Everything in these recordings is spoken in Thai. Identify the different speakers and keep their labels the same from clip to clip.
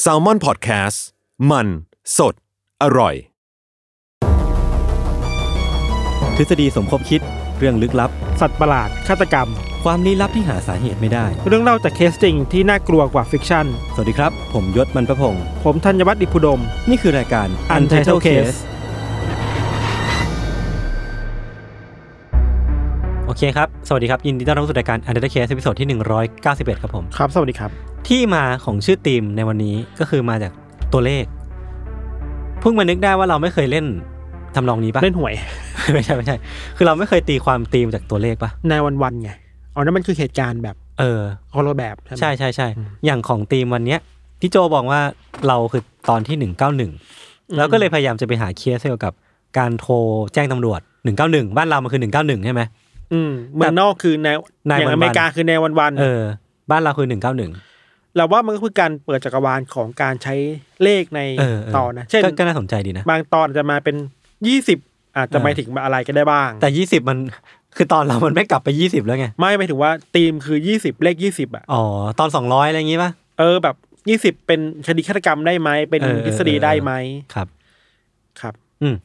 Speaker 1: แซลมอนพอดแคสต์มัน Mm, สดอร่อย
Speaker 2: ทฤษฎีสมคบคิดเรื่องลึกลับ
Speaker 3: สัตว์ประหลาด ฆาตกรรม
Speaker 2: ความลี้ลับที่หาสาเหตุไม่ได้
Speaker 3: เรื่องเล่าจากเคสจริงที่น่ากลัวกว่าฟิกชั่น
Speaker 2: สวัสดีครับ ผมยศมันประพงศ์
Speaker 3: ผมธัญวัฒน์อิพุดม
Speaker 2: นี่คือรายการ
Speaker 3: Untitled Case
Speaker 2: โอเคครับ สวัสดีครับ ยินดีต้อนรับสู่รายการ Untitled Case ตอนที่ 191 ครับผม
Speaker 3: ครับ สวัสดีครับ
Speaker 2: ที่มาของชื่อทีมในวันนี้ก็คือมาจากตัวเลข เพิ่งมานึกได้ว่าเราไม่เคยเล่นทำนองนี้ปะ
Speaker 3: เล่นหวย
Speaker 2: ไม่ใช่ไม่ใช่ คือเราไม่เคยตีความทีมจากตัวเลขปะ
Speaker 3: นายวันวันๆไงอ๋อนั่นมันคือเหตุการณ์แบบ
Speaker 2: เออ
Speaker 3: คนละแบบไหม
Speaker 2: ใช่ใช่ใช่อย่างของทีมวันเนี้ยพี่โจบอกว่าเราคือตอนที่หนึ่งเก้าหนึ่งแล้วก็เลยพยายามจะไปหาเคสเกี่ยวกับการโทรแจ้งตำรวจหนึ่งเก้าหนึ่งบ้านเรามันคือหนึ่งเก้าหนึ่งใช่ไหม
Speaker 3: อืมเมืองนอกคือนาย
Speaker 2: นาย
Speaker 3: อย่าง
Speaker 2: วันๆ
Speaker 3: อเมริกาคือนายวันวันๆ
Speaker 2: เออ บ้านเราคือหนึ่งเก้าหนึ่ง
Speaker 3: เราว่ามันก็คือการเปิดจักรวาลของการใช้เลขใน
Speaker 2: เออเออ
Speaker 3: ตอนนะ เช่น
Speaker 2: ก็น่าสนใจดีนะ
Speaker 3: บางตอนอาจจะมาเป็นยี่สิบอาจจะ
Speaker 2: เออ
Speaker 3: หมายถึงอะไรก็ได้บ้าง
Speaker 2: แต่ยี่สิบมันคือตอนเรามันไม่กลับไปยี่สิบแล้วไง
Speaker 3: ไม่หมายถึงว่าธีมคือยี่สิบเลขยี่สิบอ่ะ
Speaker 2: อ๋อ ตอนสองร้อยอะไรอย่างงี้ป่ะ
Speaker 3: เออแบบยี่สิบเป็นคดีฆาตกรรมได้ไหมเป็น
Speaker 2: เออเออ
Speaker 3: ทฤษฎีได้ไหม
Speaker 2: ครับ
Speaker 3: ครับ
Speaker 2: อืม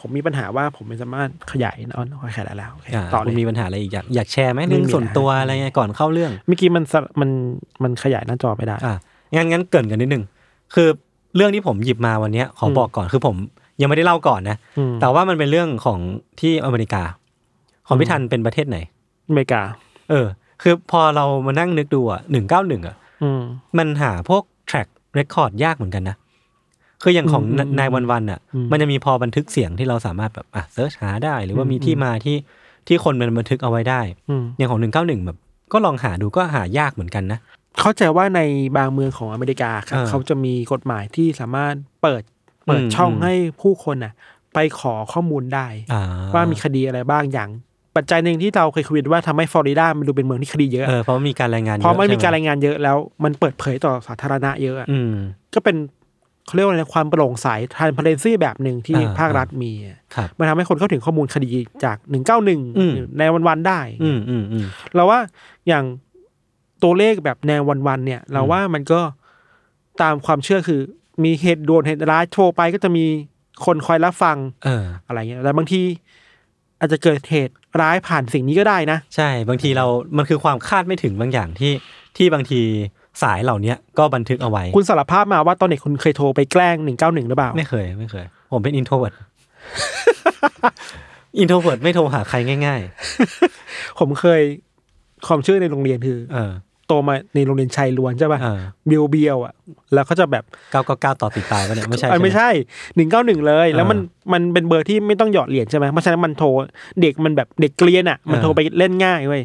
Speaker 3: ผมมีปัญหาว่าผมไม่สามารถขยายนะอ๋อขยายได้แล้วโอเค
Speaker 2: อ่า
Speaker 3: ต่อเล
Speaker 2: คุณมี
Speaker 3: ย
Speaker 2: ปัญหาอะไรอีกอยากอยากแชร์ไหมเรื่อง
Speaker 3: ไม่มี
Speaker 2: ส่วน
Speaker 3: นะ
Speaker 2: ตัวอะไรเงี้ยก่อนเข้าเรื่อง
Speaker 3: เมื่อกี้มันสะมันมันขยายหน้าจอไม่ได้
Speaker 2: อ่ะงั้นงั้นเกรินกันนิดนึง คือเรื่องที่ผมหยิบมาวันเนี้ยขออ
Speaker 3: ม
Speaker 2: บอกก่อนคือผมยังไม่ได้เล่าก่อนนะ
Speaker 3: อืม
Speaker 2: แต่ว่ามันเป็นเรื่องของที่อเมริกา ของพี่ทันเป็นประเทศไหน
Speaker 3: อเมริกา
Speaker 2: เออ คือพอเรามานั่งนึกดูอ่ะหนึ่งเก้าหนึ่งอ่ะ
Speaker 3: อืม
Speaker 2: มันหาพวก track record ยากเหมือนกันนะ คืออย่างของ
Speaker 3: อืมอืม
Speaker 2: นายวันวันๆอ่ะ
Speaker 3: อืม
Speaker 2: มันจะมีพอบันทึกเสียงที่เราสามารถแบบอ่ะเซิร์ชหาได้ หรือว่า
Speaker 3: อืม
Speaker 2: มีที่มาที่ที่คนมันบันทึกเอาไว้ได้
Speaker 3: อืม
Speaker 2: อย่างของหนึ่งเก้าหนึ่งแบบก็ลองหาดูก็หายากเหมือนกันนะ
Speaker 3: เข้าใจว่าในบางเมืองของอเมริกาครับ
Speaker 2: เออ
Speaker 3: เขาจะมีกฎหมายที่สามารถเปิดเปิด
Speaker 2: อืม
Speaker 3: ช่อง
Speaker 2: อืม
Speaker 3: ให้ผู้คนน่ะ ไปขอข้อมูลได้
Speaker 2: อ่า
Speaker 3: ว่ามีคดีอะไรบ้างอย่าง ปัจจัยหนึ่งที่เราเคยคุยกันว่าทำให้ฟลอริดามันดูเป็นเมืองที่คดีเยอะ
Speaker 2: เออเพราะมีการรายงานยอ
Speaker 3: เพราะมันมีการ
Speaker 2: ใช่ไห
Speaker 3: รายงานเยอะแล้ว มันเปิดเผยต่อสาธารณะเยอะอะ
Speaker 2: อืม
Speaker 3: ก็เป็นเขาเรียกว่าอะไรนะความโปร่งใสทานพาเรนซี่แบบหนึ่งที่
Speaker 2: อ่า
Speaker 3: ภาครัฐมีอะ
Speaker 2: ครับ
Speaker 3: มันทำให้คนเข้าถึงข้อมูลคดีจากหนึ่งเก้าหนึ่ง
Speaker 2: อืม
Speaker 3: ในวันวันๆได้
Speaker 2: อืมอืมอืม
Speaker 3: เราว่าอย่างตัวเลขแบบแนววันๆเนี่ย เราว่ามันก็ตามความเชื่อคือ มีเหตุด่วนเหตุร้ายโทรไปก็จะมีคนคอยรับฟัง
Speaker 2: เออ
Speaker 3: อะไรเงี้ยแต่บางทีอาจจะเกิดเหตุร้ายผ่านสิ่งนี้ก็ได้นะ
Speaker 2: ใช่บางทีเรา มันคือความคาดไม่ถึงบางอย่างที่ที่บางทีสายเหล่าเนี้ยก็บันทึกเอาไว้
Speaker 3: คุณสารภาพมาว่าตอนเด็กคุณเคยโทรไปแกล้งหนึ่งเก้าหนึ่งหรือเปล่า
Speaker 2: ไม่เคย ไม่เคย ผมเป็นอินโทรเวิร์ด อินโทรเวิร์ดไม่โทรหาใครง่าย
Speaker 3: ผมเคยความเชื่อในโรงเรียนคือ
Speaker 2: ๆ เออ
Speaker 3: โตมาในโรงเรียนชายล้วนใช่ป่ะ
Speaker 2: เออ
Speaker 3: เบียวเบียวๆอ่ะ แล้วเขาจะแบบ
Speaker 2: เก้าเก้าเก้าต่อติดตายปะเนี่ยไม่ใช่
Speaker 3: เอ้
Speaker 2: ใช่ห
Speaker 3: ยไม่ใช่หนึ่งเก้าหนึ่งเลย แล้วมัน
Speaker 2: เอ
Speaker 3: มันเป็นเบอร์ที่ไม่ต้องหยอดเหรียญใช่ไหมเพราะฉะนั้นมันโทรเด็กมันแบบเด็กเกลียนอ่ะ มัน
Speaker 2: เออ
Speaker 3: โทรไปเล่นง่ายเว้ย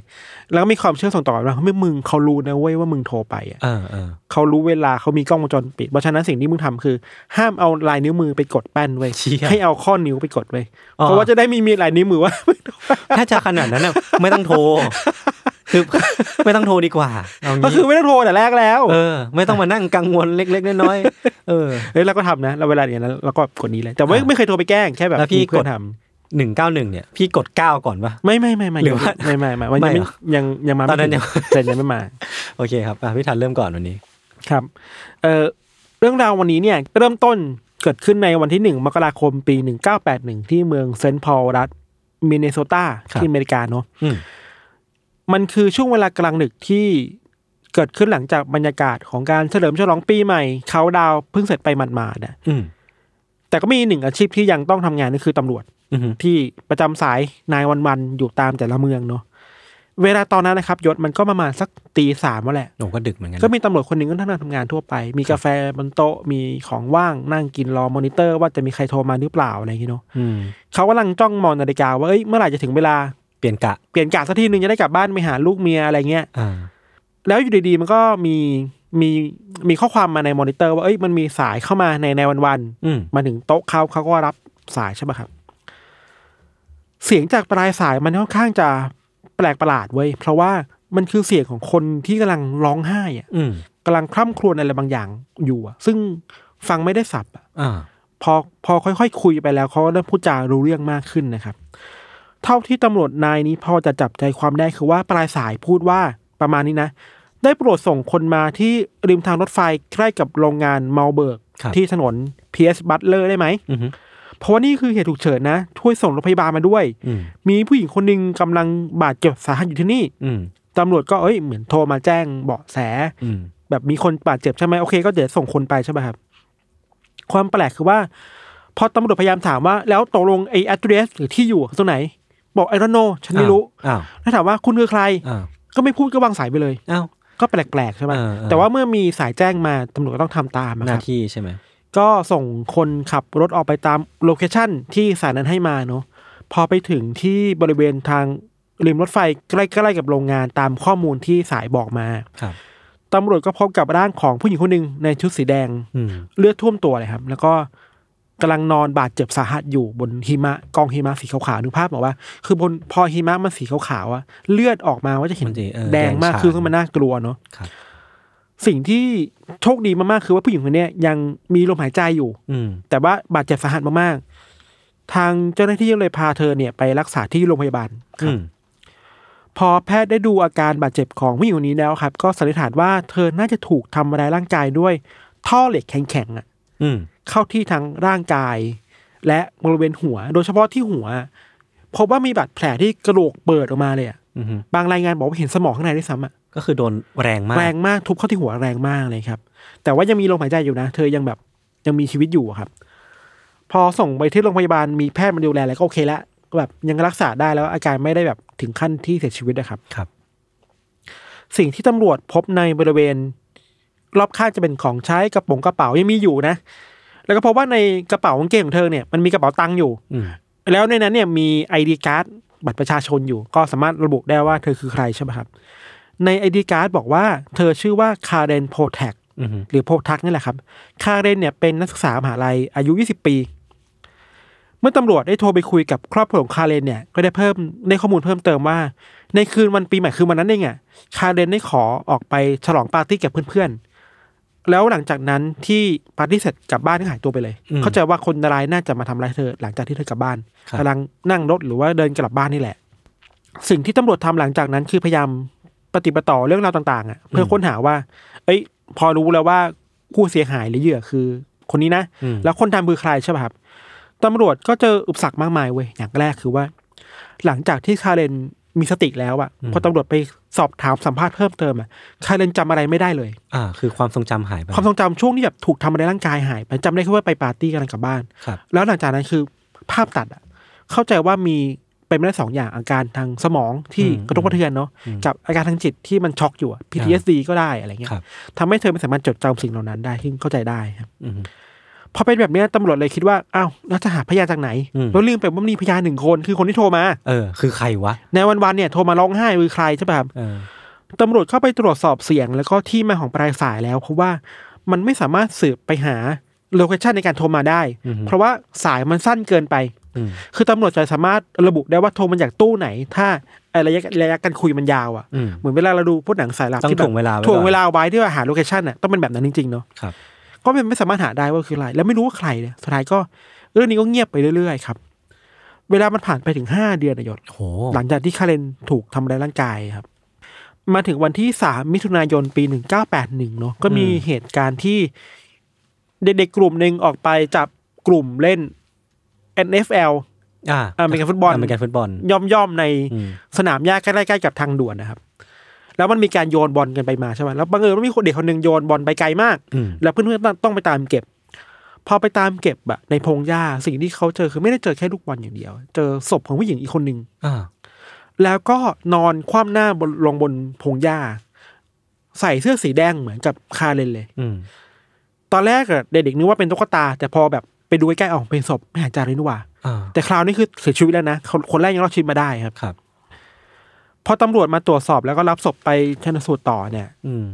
Speaker 3: แล้วก็มีความเชื่อส่งต่อกันว่าไม่มึงเขารู้นะเว้ยว่ามึงโทรไปอ่ะ
Speaker 2: เออเออ
Speaker 3: เขารู้เวลาเขามีกล้องวงจรปิดเพราะฉะนั้นสิ่งที่มึงทำคือ ห้ามเอาลายนิ้วมือไปกดแป้นเว้ย
Speaker 2: เชี่ย
Speaker 3: ให้เอาข้อนิ้วไปกดเว้ย
Speaker 2: อ๋อ
Speaker 3: เพราะว่าจะได้ไมีมีลายนิ้วมือว่า
Speaker 2: ถ้าจะขนาดนั้นน่ะไม่ต้องโทร คือไม่ต้องโทรดีกว่าเอา
Speaker 3: ก็
Speaker 2: งี้
Speaker 3: คือไม่ต้องโทรแต่แรกแล้ว
Speaker 2: เออ ไม่ต้องมานั่งกังวลเล็ก ๆ น้อยๆเออ
Speaker 3: เฮ้ยเราก็ทำนะเราเวลาอย่างนั้นเราก็กดนี้เลยแต่ว่า
Speaker 2: อ่า
Speaker 3: ไม่เคยโทรไปแกล้งแค่แบบ
Speaker 2: แล้วพี่
Speaker 3: มีเพื่อน
Speaker 2: กด
Speaker 3: ทำ
Speaker 2: หนึ่งเก้าหนึ่งเนี่ย พี่กดเก้าก่อนปะ
Speaker 3: ไม่ไม่ไม่ไม่
Speaker 2: หรือว่า
Speaker 3: ไม่ไม่ไม่ไม่
Speaker 2: ไม่
Speaker 3: ไม่
Speaker 2: เหรอ
Speaker 3: ยังยังมา
Speaker 2: ตอนนั้น
Speaker 3: ไม่
Speaker 2: ยัง
Speaker 3: ถึเจนยังไม่มา
Speaker 2: โอเคครับอ่ะพี่ทันเริ่มก่อนวันนี้
Speaker 3: ครับเอ่อเรื่องราววันนี้เนี่ยเริ่มต้นเกิดขึ้นในวันที่หนึ่งมกราคมปี 1981 ที่เมืองเซนต์พอลรัฐมินเนโซตา
Speaker 2: ครับ
Speaker 3: ที่อเมริกาเนาะ
Speaker 2: อืม
Speaker 3: มันคือช่วงเวลากลางดึกที่เกิดขึ้นหลังจากบรรยากาศของการเฉลิมฉลองปีใหม่ เขาดาวน์เพิ่งเสร็จไปหมาดๆนะ
Speaker 2: อืม
Speaker 3: แต่ก็มีหนึ่งอาชีพที่ยังต้องทำงานนั่นคือตำรวจ
Speaker 2: อืม
Speaker 3: ที่ประจำสายนายวันๆอยู่ตามแต่ละเมืองเนาะเวลาตอนนั้นนะครับยศมันก็ประมาณสักตีสามแล้วแหละ
Speaker 2: โหก็ดึกเหมือนกันนะ
Speaker 3: ก็มีตำรวจคนหนึ่งก็นั่งทำงานทั่วไป มีกาแฟบนโต๊ะมีของว่างนั่งกินรอมอนิเตอร์ว่าจะมีใครโทรมาหรือเปล่าอะไรอย่างงี้เนาะ
Speaker 2: อืม
Speaker 3: เขากำลังจ้องมองนาฬิกาว่าเอ้ยเมื่อไหร่จะถึงเวลา
Speaker 2: เปลี่ยนกะ
Speaker 3: เปลี่ยนกะสักทีหนึ่งจะได้กลับบ้านไปหาลูกเมียอะไรเงี้ย
Speaker 2: อ่า
Speaker 3: แล้วอยู่ดีๆมันก็มีมี มีข้อความมาในมอนิเตอร์ว่าเอ้ยมันมีสายเข้ามาในในวันวันๆ
Speaker 2: อืม
Speaker 3: มาถึงโต๊ะเขาเขาก็รับสายใช่ปะครับ เสียงจากปลายสายมันค่อนข้างจะแปลกประหลาดเว้ยเพราะว่ามันคือเสียงของคนที่กำลังร้องไห้อะ
Speaker 2: อืม
Speaker 3: กำลังคร่ำครวญอะไรบางอย่างอยู่อะซึ่งฟังไม่ได้สับอะ
Speaker 2: อ่า
Speaker 3: พอพอค่อยๆคุยไปแล้วเขาก็เริ่มพูดจารู้เรื่องมากขึ้นนะครับ เท่าที่ตำรวจนายนี้พอจะจับใจความได้คือว่าปลายสายพูดว่าประมาณนี้นะ ได้โปรดส่งคนมาที่ริมทางรถไฟใกล้กับโรงงานเมลเบิร์ก ที่ถนน PS Butler ได้ไหม
Speaker 2: อืม
Speaker 3: เพราะว่านี่คือเหตุฉุกเฉินนะ ช่วยส่งโรงพยาบาลมาด้วย
Speaker 2: อืม
Speaker 3: มีผู้หญิงคนหนึ่งกำลังบาดเจ็บสาหัสอยู่ที่นี่
Speaker 2: อืม
Speaker 3: ตำรวจก็เอ้ยเหมือนโทรมาแจ้งเบาะแส
Speaker 2: อืม
Speaker 3: แบบมีคนบาดเจ็บใช่ไหมโอเคก็เดี๋ยวส่งคนไปใช่ไหมครับ ความแปลกคือว่า พอตำรวจพยายามถามว่า แล้วตกลงไอ้ address หรือที่อยู่ตรงไหน บอกไอรอนโนฉันไม่รู้
Speaker 2: อ้าว
Speaker 3: แล้วถามว่าคุณคือใคร
Speaker 2: อ้าว
Speaker 3: ก็ไม่พูดก็วางสายไปเลย
Speaker 2: อ้าว
Speaker 3: ก็แปลกๆใช่ไหม
Speaker 2: เออเออ
Speaker 3: แต่ว่าเมื่อมีสายแจ้งมาตำรวจก็ต้องทำตามอะ
Speaker 2: ห
Speaker 3: ค
Speaker 2: น้า
Speaker 3: รับ
Speaker 2: ที่ใช่ไหม
Speaker 3: ก็ส่งคนขับรถออกไปตามโลเคชั่นที่สายนั้นให้มาเนาะพอไปถึงที่บริเวณทางริมรถไฟใกล้ๆกับโรงงานตามข้อมูลที่สายบอกมา
Speaker 2: ครับ
Speaker 3: ตำรวจก็พบกับร่างของผู้หญิงคนหนึ่งในชุดสีแดง
Speaker 2: อืม
Speaker 3: เลือดท่วมตัวเลยครับ แล้วก็กำลังนอนบาดเจ็บสาหัสอยู่บนหิมะกองหิมะสีขาวๆนึกภาพบอกว่า คือบนพอหิมะมันสีขาวๆอะเลือดออกมาว่าจะเห็น
Speaker 2: มันจะเออ
Speaker 3: แดงมาก
Speaker 2: ฉ
Speaker 3: คือมันน่ากลัวเนาะ
Speaker 2: ครับ
Speaker 3: สิ่งที่โชคดีมากๆคือว่าผู้หญิงคนเนี้ยยังมีลมหายใจอยู่
Speaker 2: อืม
Speaker 3: แต่ว่าบาดเจ็บสาหัสมากๆ ทางเจ้าหน้าที่เลยพาเธอเนี่ยไปรักษาที่โรงพยาบาล
Speaker 2: อืม
Speaker 3: พอแพทย์ได้ดูอาการบาดเจ็บของผู้หญิงคนนี้แล้วครับ ก็สันนิษฐานว่าเธอน่าจะถูกทำร้ายร่างกายด้วยท่อเหล็กแข็งๆอะ
Speaker 2: อืม
Speaker 3: เข้าที่ทั้งร่างกาย และบริเวณหัว โดยเฉพาะที่หัวพบว่ามีบาดแผลที่กระโหลกเปิดออกมาเลยอะ
Speaker 2: อืม
Speaker 3: บางรายงานบอกว่าเห็นสมองข้างในด้วยซ้ำอะ
Speaker 2: ก็คือโดนแรงมาก
Speaker 3: แรงมากทุบเข้าที่หัวแรงมากเลยครับ แต่ว่ายังมีลมหายใจอยู่นะ เธอยังแบบยังมีชีวิตอยู่อะครับ พอส่งไปที่โรงพยาบาลมีแพทย์มาดูแลแล้วก็โอเคละก็แบบยังรักษาได้แล้วอาการไม่ได้แบบถึงขั้นที่เสียชีวิตนะครับ
Speaker 2: ครับ
Speaker 3: สิ่งที่ตำรวจพบในบริเวณ รอบข้างจะเป็นของใช้กระป๋องกระเป๋ายังมีอยู่นะ แล้วก็พบว่าในกระเป๋ากางเกงของเธอเนี่ยมันมีกระเป๋าตังค์อยู่
Speaker 2: อืม
Speaker 3: แล้วในนั้นเนี่ยมีไอดีการ์ดบัตรประชาชนอยู่ ก็สามารถระบุได้ว่าเธอคือใครใช่ไหมครับ ในไอดีการ์ดบอกว่าเธอชื่อว่าคาเรนโพแทก
Speaker 2: อืม
Speaker 3: หรือโพทักนี่แหละครับ คาเรนเนี่ยเป็นนักศึกษามหาลัยอายุ 20 ปี เมื่อตำรวจได้โทรไปคุยกับครอบครัวของคาเรนเนี่ยก็ได้เพิ่มได้ข้อมูลเพิ่มเติมว่า ในคืนวันปีใหม่คืนวันนั้นเองอ่ะคาเรนได้ขอออกไปฉลองปาร์ตี้กับเพื่อนๆ แล้วหลังจากนั้นที่ปาร์ตี้เสร็จกลับบ้านก็หายตัวไปเลย เข้าใจว่าคนร้ายน่าจะมาทำร้ายเธอ หลังจากที่เธอกลับบ้านกำลังนั่งรถหรือว่าเดินกลับบ้านนี่แหละ สิ่งที่ตำรวจทำหลังจากนั้นคือพยายามปฏิบัติต่อเรื่องราวต่างๆอ่ะเพื่อค้นหาว่า เอ้ย พอรู้แล้วว่าผู้เสียหายหรือเหยื่อคือ คนนี้นะ แล้วคนทำคือใครใช่ป่ะครับตำรวจก็เจออุปสรรคมากมายเว้ยอย่างแรกคือว่า หลังจากที่คาเรนมีสติแล้วอะพอตำรวจไปสอบถามสัมภาษณ์เพิ่มเติมอะคาเรนจำอะไรไม่ได้เลย
Speaker 2: อ่า คือความทรงจำหายไป
Speaker 3: ความทรงจำช่วงที่แบบถูกทำอะไรายร่างกายหายไปจำได้แค่ว่าไปปาร์ตี้กำลันกลับบ้าน
Speaker 2: ครับ
Speaker 3: แล้วหลังจากนั้นคือภาพตัดอะเข้าใจว่ามีเป็นไม่ได้สองอย่างอาการทางสมองที่กระทบกระเทือนเนาะกับอาการทางจิตที่มันช็อกอยู่อะ PTSD ก็ได้อะไรเงี้ย
Speaker 2: ครับ
Speaker 3: ทำให้เธอไม่สามารถจดจำสิ่งเหล่านั้นได้ซึ่งเข้าใจได้ครับ
Speaker 2: อืม
Speaker 3: พอเป็นแบบเนี้ยตำรวจเลยคิดว่าอ้าวแล้วจะหาพยานจากไหน
Speaker 2: อืม
Speaker 3: แล้วลืมไปว่ามีพยานหนึ่งคนคือคนที่โทรมา
Speaker 2: เออ คือใครวะ
Speaker 3: ในวันวันๆเนี่ยโทรมาร้องไห้คือใครใช่ป่ะครับ
Speaker 2: เออ
Speaker 3: ตำรวจเข้าไปตรวจสอบเสียง แล้วก็ที่มาของปลายสายแล้ว เพราะว่ามันไม่สามารถสืบไปหาโลเคชันในการโทรมาได้
Speaker 2: อือฮึ
Speaker 3: เพราะว่าสายมันสั้นเกินไป
Speaker 2: อืม
Speaker 3: คือตำรวจจะสามารถระบุได้ว่าโทรมาจากตู้ไหน ถ้าไอ้ระยะระยะการคุยมันยาวอ่ะ
Speaker 2: อืม
Speaker 3: เหมือนเวลาเราดูพวกหนังสายลับ
Speaker 2: ต้อง
Speaker 3: ที่แบบ
Speaker 2: ถ่วงเวลาไว้ก่อน
Speaker 3: ถ่วงเวลาไว้ที่ว่าหาโลเคชันอ่ะต้องเป็นแบบนั้นจริงๆเนาะ
Speaker 2: ครับ
Speaker 3: ก็เป็นไม่สามารถหาได้ว่าคืออะไร แล้วไม่รู้ว่าใครเนี่ยสุดท้ายก็เรื่องนี้ก็เงียบไปเรื่อยๆครับ เวลามันผ่านไปถึงห้าเดือนนายศ
Speaker 2: โห
Speaker 3: หลังจากที่คาเรนถูกทำร้ายร่างกายครับ มาถึงวันที่สามมิถุนายนปีหนึ่งเก้าแปดหนึ่งเนาะก็มีเหตุการณ์ที่เด็กๆกลุ่มหนึ่งออกไปจับกลุ่มเล่น NFL
Speaker 2: อ่า
Speaker 3: อเมริกันฟุตบอล
Speaker 2: อเมริกันฟุตบอล
Speaker 3: ย่อมๆใน
Speaker 2: อืม
Speaker 3: สนามหญ้าใกล้ๆกับทางด่วนนะครับ แล้วมันมีการโยนบอลกันไปมาใช่ไหมแล้วบังเอิญว่ามีคนเด็กคนหนึ่งโยนบอลไปไกลมาก
Speaker 2: อืม
Speaker 3: แล้วเพื่อนๆต้องต้องไปตามเก็บ พอไปตามเก็บอะในพงหญ้าสิ่งที่เขาเจอคือไม่ได้เจอแค่ลูกบอลอย่างเดียว เจอศพของผู้หญิงอีกคนหนึ่ง
Speaker 2: อ่า
Speaker 3: แล้วก็นอนคว่ำหน้าบนลงบนพงหญ้า ใส่เสื้อสีแดงเหมือนกับคาเรนเลย
Speaker 2: อืม
Speaker 3: ตอนแรกอะเด็กๆนึกว่าเป็นตุ๊กตา แต่พอแบบไปดูใกล้ๆออกเป็นศพไม่หายใจเลยนี่หว่า
Speaker 2: อ่า
Speaker 3: แต่คราวนี้คือเสียชีวิตแล้วนะคนคนแรกยังรอดชีวิตมาได้ครับ
Speaker 2: ครับ
Speaker 3: พอตำรวจมาตรวจสอบแล้วก็รับศพไปชนสูตรต่อเนี่ย
Speaker 2: อืม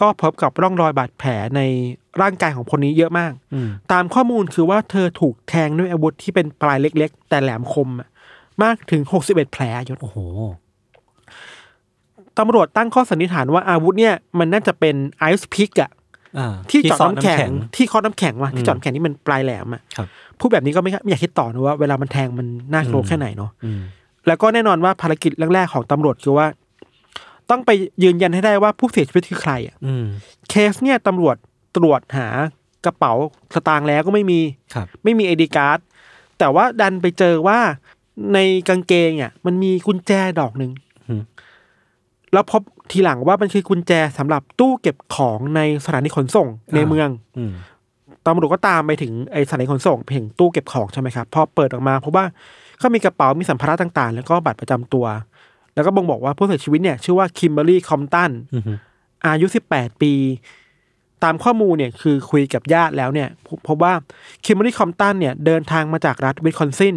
Speaker 3: ก็พบกับร่องรอยบาดแผลในร่างกายของคนนี้เยอะมาก
Speaker 2: อืม
Speaker 3: ตามข้อมูลคือว่าเธอถูกแทงด้วยอาวุธที่เป็นปลายเล็ก ๆ แต่แหลมคมอะมากถึง 61 แผลยศ
Speaker 2: โอ้โห
Speaker 3: ตำรวจตั้งข้อสันนิษฐานว่าอาวุธเนี่ยมันน่าจะเป็นไอซ์พิกอะ
Speaker 2: อ่า
Speaker 3: ที่เจอดน้ำแข็
Speaker 2: ที่
Speaker 3: ง ที่เคอน้ำแข็งว่ะที่
Speaker 2: อืม
Speaker 3: เจอดน้ำแข็งนี่มันปลายแหลมอะ
Speaker 2: ครับ
Speaker 3: พูดแบบนี้ก็ไม่ไม่อยากคิดต่อนะว่าเวลามันแทงมันน่ากลัว
Speaker 2: อืม
Speaker 3: แค่ไหนเนาะ
Speaker 2: อืม
Speaker 3: แล้วก็แน่นอนว่าภารกิจแรกๆของตำรวจคือว่า ต้องไปยืนยันให้ได้ว่าผู้เสียชีวิตคือใครอะ
Speaker 2: อืม
Speaker 3: เคสเนี่ยตำรวจตรวจหากระเป๋าสตางค์แล้วก็ไม่มี
Speaker 2: ครับ
Speaker 3: ไม่มีไอดีการ์ดแต่ว่าดันไปเจอว่าในกางเกงอ่ะมันมีกุญแจดอกหนึ่ง
Speaker 2: อืม
Speaker 3: แล้วพบทีหลังว่ามันคือกุญแจสำหรับตู้เก็บของในสถานีขนส่งในเมือง
Speaker 2: อืม
Speaker 3: ตำรวจก็ตามไปถึงไอสถานีขนส่งไปถึงตู้เก็บของใช่ไหมครับพอเปิดออกมาพบว่าก็มีกระเป๋ามีสัมภาระต่างๆ แล้วก็บัตรประจำตัว แล้วก็บ่งบอกว่าผู้เสียชีวิตเนี่ยชื่อว่าคิมเบอรี่คอมตัน
Speaker 2: อืม
Speaker 3: อายุ 18 ปี ตามข้อมูลเนี่ยคือคุยกับญาติแล้วเนี่ยพบพบว่าคิมเบอรี่คอมตันเนี่ยเดินทางมาจากรัฐวิสคอนซิน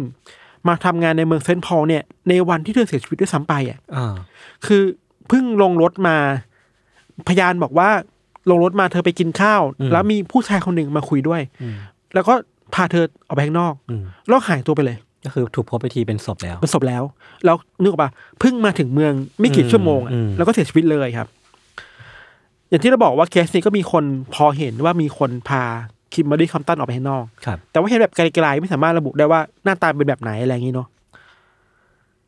Speaker 3: มาทำงานในเมืองเซนต์พอลเนี่ยในวันที่เธอเสียชีวิตด้วยซ้ำไปอ่ะ
Speaker 2: อ่า
Speaker 3: คือเพิ่งลงรถมา พยานบอกว่าลงรถมาเธอไปกินข้าว
Speaker 2: อืม
Speaker 3: แล้วมีผู้ชายคนหนึ่งมาคุยด้วย
Speaker 2: อืม
Speaker 3: แล้วก็พาเธอออกไปข้างนอก
Speaker 2: อืม
Speaker 3: แล้วหายตัวไปเลย
Speaker 2: ก็คือถูกพบไปทีเป็นศพแล้ว
Speaker 3: มันศพแล้วแล้วนึกออกปะเพิ่งมาถึงเมืองไม่กี่
Speaker 2: อืม
Speaker 3: ชั่วโมงอะ
Speaker 2: อืม
Speaker 3: แล้วก็เสียชีวิตเลยครับ อย่างที่เราบอกว่าเคสนี้ก็มีคนพอเห็นว่ามีคนพาคิมเบอรรี่คอมตันออกไปข้างนอก
Speaker 2: ครับ
Speaker 3: แต่ว่าเห็นแบบไกลๆไม่สามารถระบุได้ว่าหน้าตาเป็นแบบไหนอะไรอย่างนี้เนาะ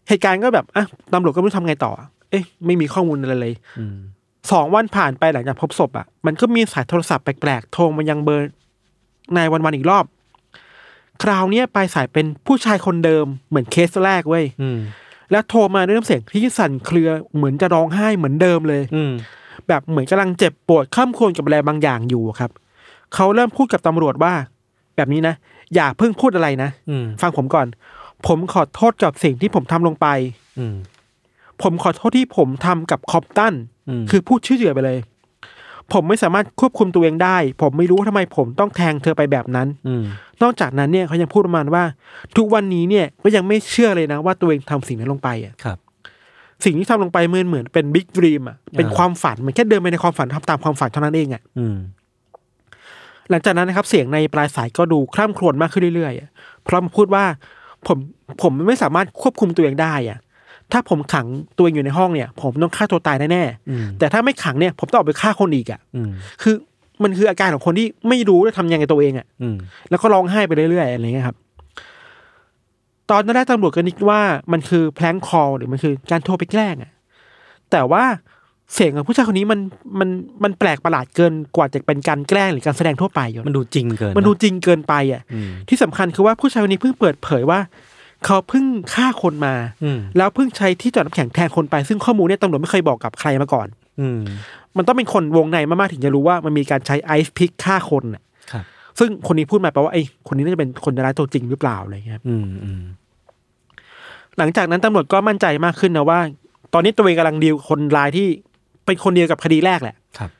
Speaker 3: เหตุการณ์ก็แบบอ่ะตำรวจก็ไม่รู้ทำไงต่อ เอ๊ะ ไม่มีข้อมูลอะไรเลย
Speaker 2: อืม
Speaker 3: สองวันผ่านไปหลังจากพบศพอ่ะมันก็มีสายโทรศัพท์แปลกๆโทรมายังเบอร์นายวันๆอีกรอบ คราวเนี้ยปลายสายเป็นผู้ชายคนเดิมเหมือนเคสแรกเว้ย
Speaker 2: อืม
Speaker 3: แล้วโทรมาด้วยน้ำเสียงที่สั่นเครือเหมือนจะร้องไห้เหมือนเดิมเลย
Speaker 2: อืม
Speaker 3: แบบเหมือนกำลังเจ็บปวดข้ามควรวญกับอะไรบางอย่างอยู่อะครับ เขาเริ่มพูดกับตำรวจว่า แบบนี้นะ อย่าเพิ่งพูดอะไรนะ
Speaker 2: อืม
Speaker 3: ฟังผมก่อน ผมขอโทษกับสิ่งที่ผมทำลงไป
Speaker 2: อืม
Speaker 3: ผมขอโทษที่ผมทำกับคอปตัน
Speaker 2: อืม
Speaker 3: คือพูดชื่อเหยื่อไปเลย ผมไม่สามารถควบคุมตัวเองได้ ผมไม่รู้ว่าทำไมผมต้องแทงเธอไปแบบนั้น
Speaker 2: อืม
Speaker 3: นอกจากนั้นเนี่ยเขายังพูดประมาณว่า ทุกวันนี้เนี่ยก็ยังไม่เชื่อเลยนะ ว่าตัวเองทำสิ่งนั้นลงไปอะ
Speaker 2: ครับ
Speaker 3: สิ่งที่ทำลงไปเหมือนเหมือนเป็นบิ๊กดรีมอ่ะ เป็น
Speaker 2: อ่า
Speaker 3: ความฝัน มันแค่เดินไปในความฝันทำตามความฝันเท่านั้นเองอ่ะ
Speaker 2: อืม
Speaker 3: หลังจากนั้นนะครับ เสียงในปลายสายก็ดูคร่ำครวญมากขึ้นเรื่อยๆอะพร้อมพูดว่าผมผมไม่สามารถควบคุมตัวเองได้อ่ะ ถ้าผมขังตัวเองอยู่ในห้องเนี่ย ผมต้องฆ่าตัวตายแน่
Speaker 2: อืม
Speaker 3: ๆ แต่ถ้าไม่ขังเนี่ยผมต้องออกไปฆ่าคนอีกอ่ะ
Speaker 2: อืม
Speaker 3: คือมันคืออาการของคนที่ไม่รู้จะทำยังไงกับตัวเองอ่ะ
Speaker 2: อืม
Speaker 3: แล้วก็ร้องไห้ไปเรื่อยๆอะไรเงี้ยครับ ตอนแรกตำรวจก็นึกว่ามันคือแพลงคอลหรือมันคือการโทรไปแกล้งอะแต่ว่าเสียงของผู้ชายคนนี้มันมันมันแปลกประหลาดเกินกว่าจะเป็นการแกล้งหรือการแสดงทั่วไปอยู่
Speaker 2: มันดูจริงเกิน
Speaker 3: มันดูจริงเกินไปอ่ะ
Speaker 2: อืม
Speaker 3: ที่สำคัญคือว่าผู้ชายคนนี้เพิ่งเปิดเผยว่า เขาเพิ่งฆ่าคนมา
Speaker 2: อืม
Speaker 3: แล้วเพิ่งใช้ที่จอดน้ำแข็งแทงคนไป ซึ่งข้อมูลเนี่ยตำรวจไม่เคยบอกกับใครมาก่อน
Speaker 2: อืม
Speaker 3: มันต้องเป็นคนวงในมากๆถึงจะรู้ว่ามันมีการใช้ไอซ์พิกฆ่าคนน่ะ
Speaker 2: ครับ
Speaker 3: ซึ่งคนนี้พูดมาแปลว่าไอ้คนนี้น่าจะเป็นคนร้ายตัวจริงหรือเปล่าอะไรเงี้ยครับ
Speaker 2: อืม อืม
Speaker 3: หลังจากนั้นตำรวจก็มั่นใจมากขึ้นนะว่า ตอนนี้ตัวเองกำลังดีลกับคนร้ายที่เป็นคนเดียวกับคดีแรกแหละ
Speaker 2: ครับ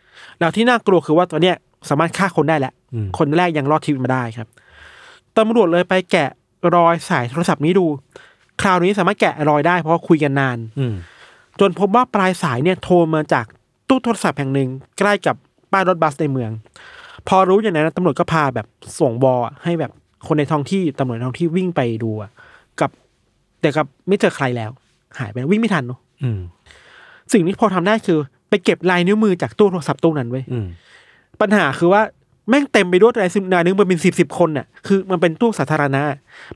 Speaker 3: แล้วที่น่ากลัวคือว่าตอนเนี้ยสามารถฆ่าคนได้แล้ว
Speaker 2: อืม
Speaker 3: คนแรกยังรอดชีวิตมาได้ครับตำรวจเลยไปแกะรอยสายโทรศัพท์นี้ดู คราวนี้สามารถแกะรอยได้เพราะว่าคุยกันนาน
Speaker 2: อืม
Speaker 3: จนพบว่าปลายสายเนี่ยโทรมาจากตู้โทรศัพท์แห่งหนึ่งใกล้กับป้ายรถบัสในเมือง พอรู้อย่างนั้นนะตำรวจก็พาแบบส่งบอลอะให้แบบคนในท้องที่ตำรวจในท้องที่วิ่งไปดูอะกับแต่กับไม่เจอใครแล้ว หายไปวิ่งไม่ทันเนอะ
Speaker 2: อืม
Speaker 3: สิ่งที่พอทำได้คือ ไปเก็บลายนิ้วมือจากตู้โทรศัพท์ตู้นั้นไว้ย
Speaker 2: อืม
Speaker 3: ปัญหาคือว่าแม่งเต็มไปด้วยลายนิ้วมือมันเป็นสิบสิบคนน่ะคือมันเป็นตู้สาธารณะ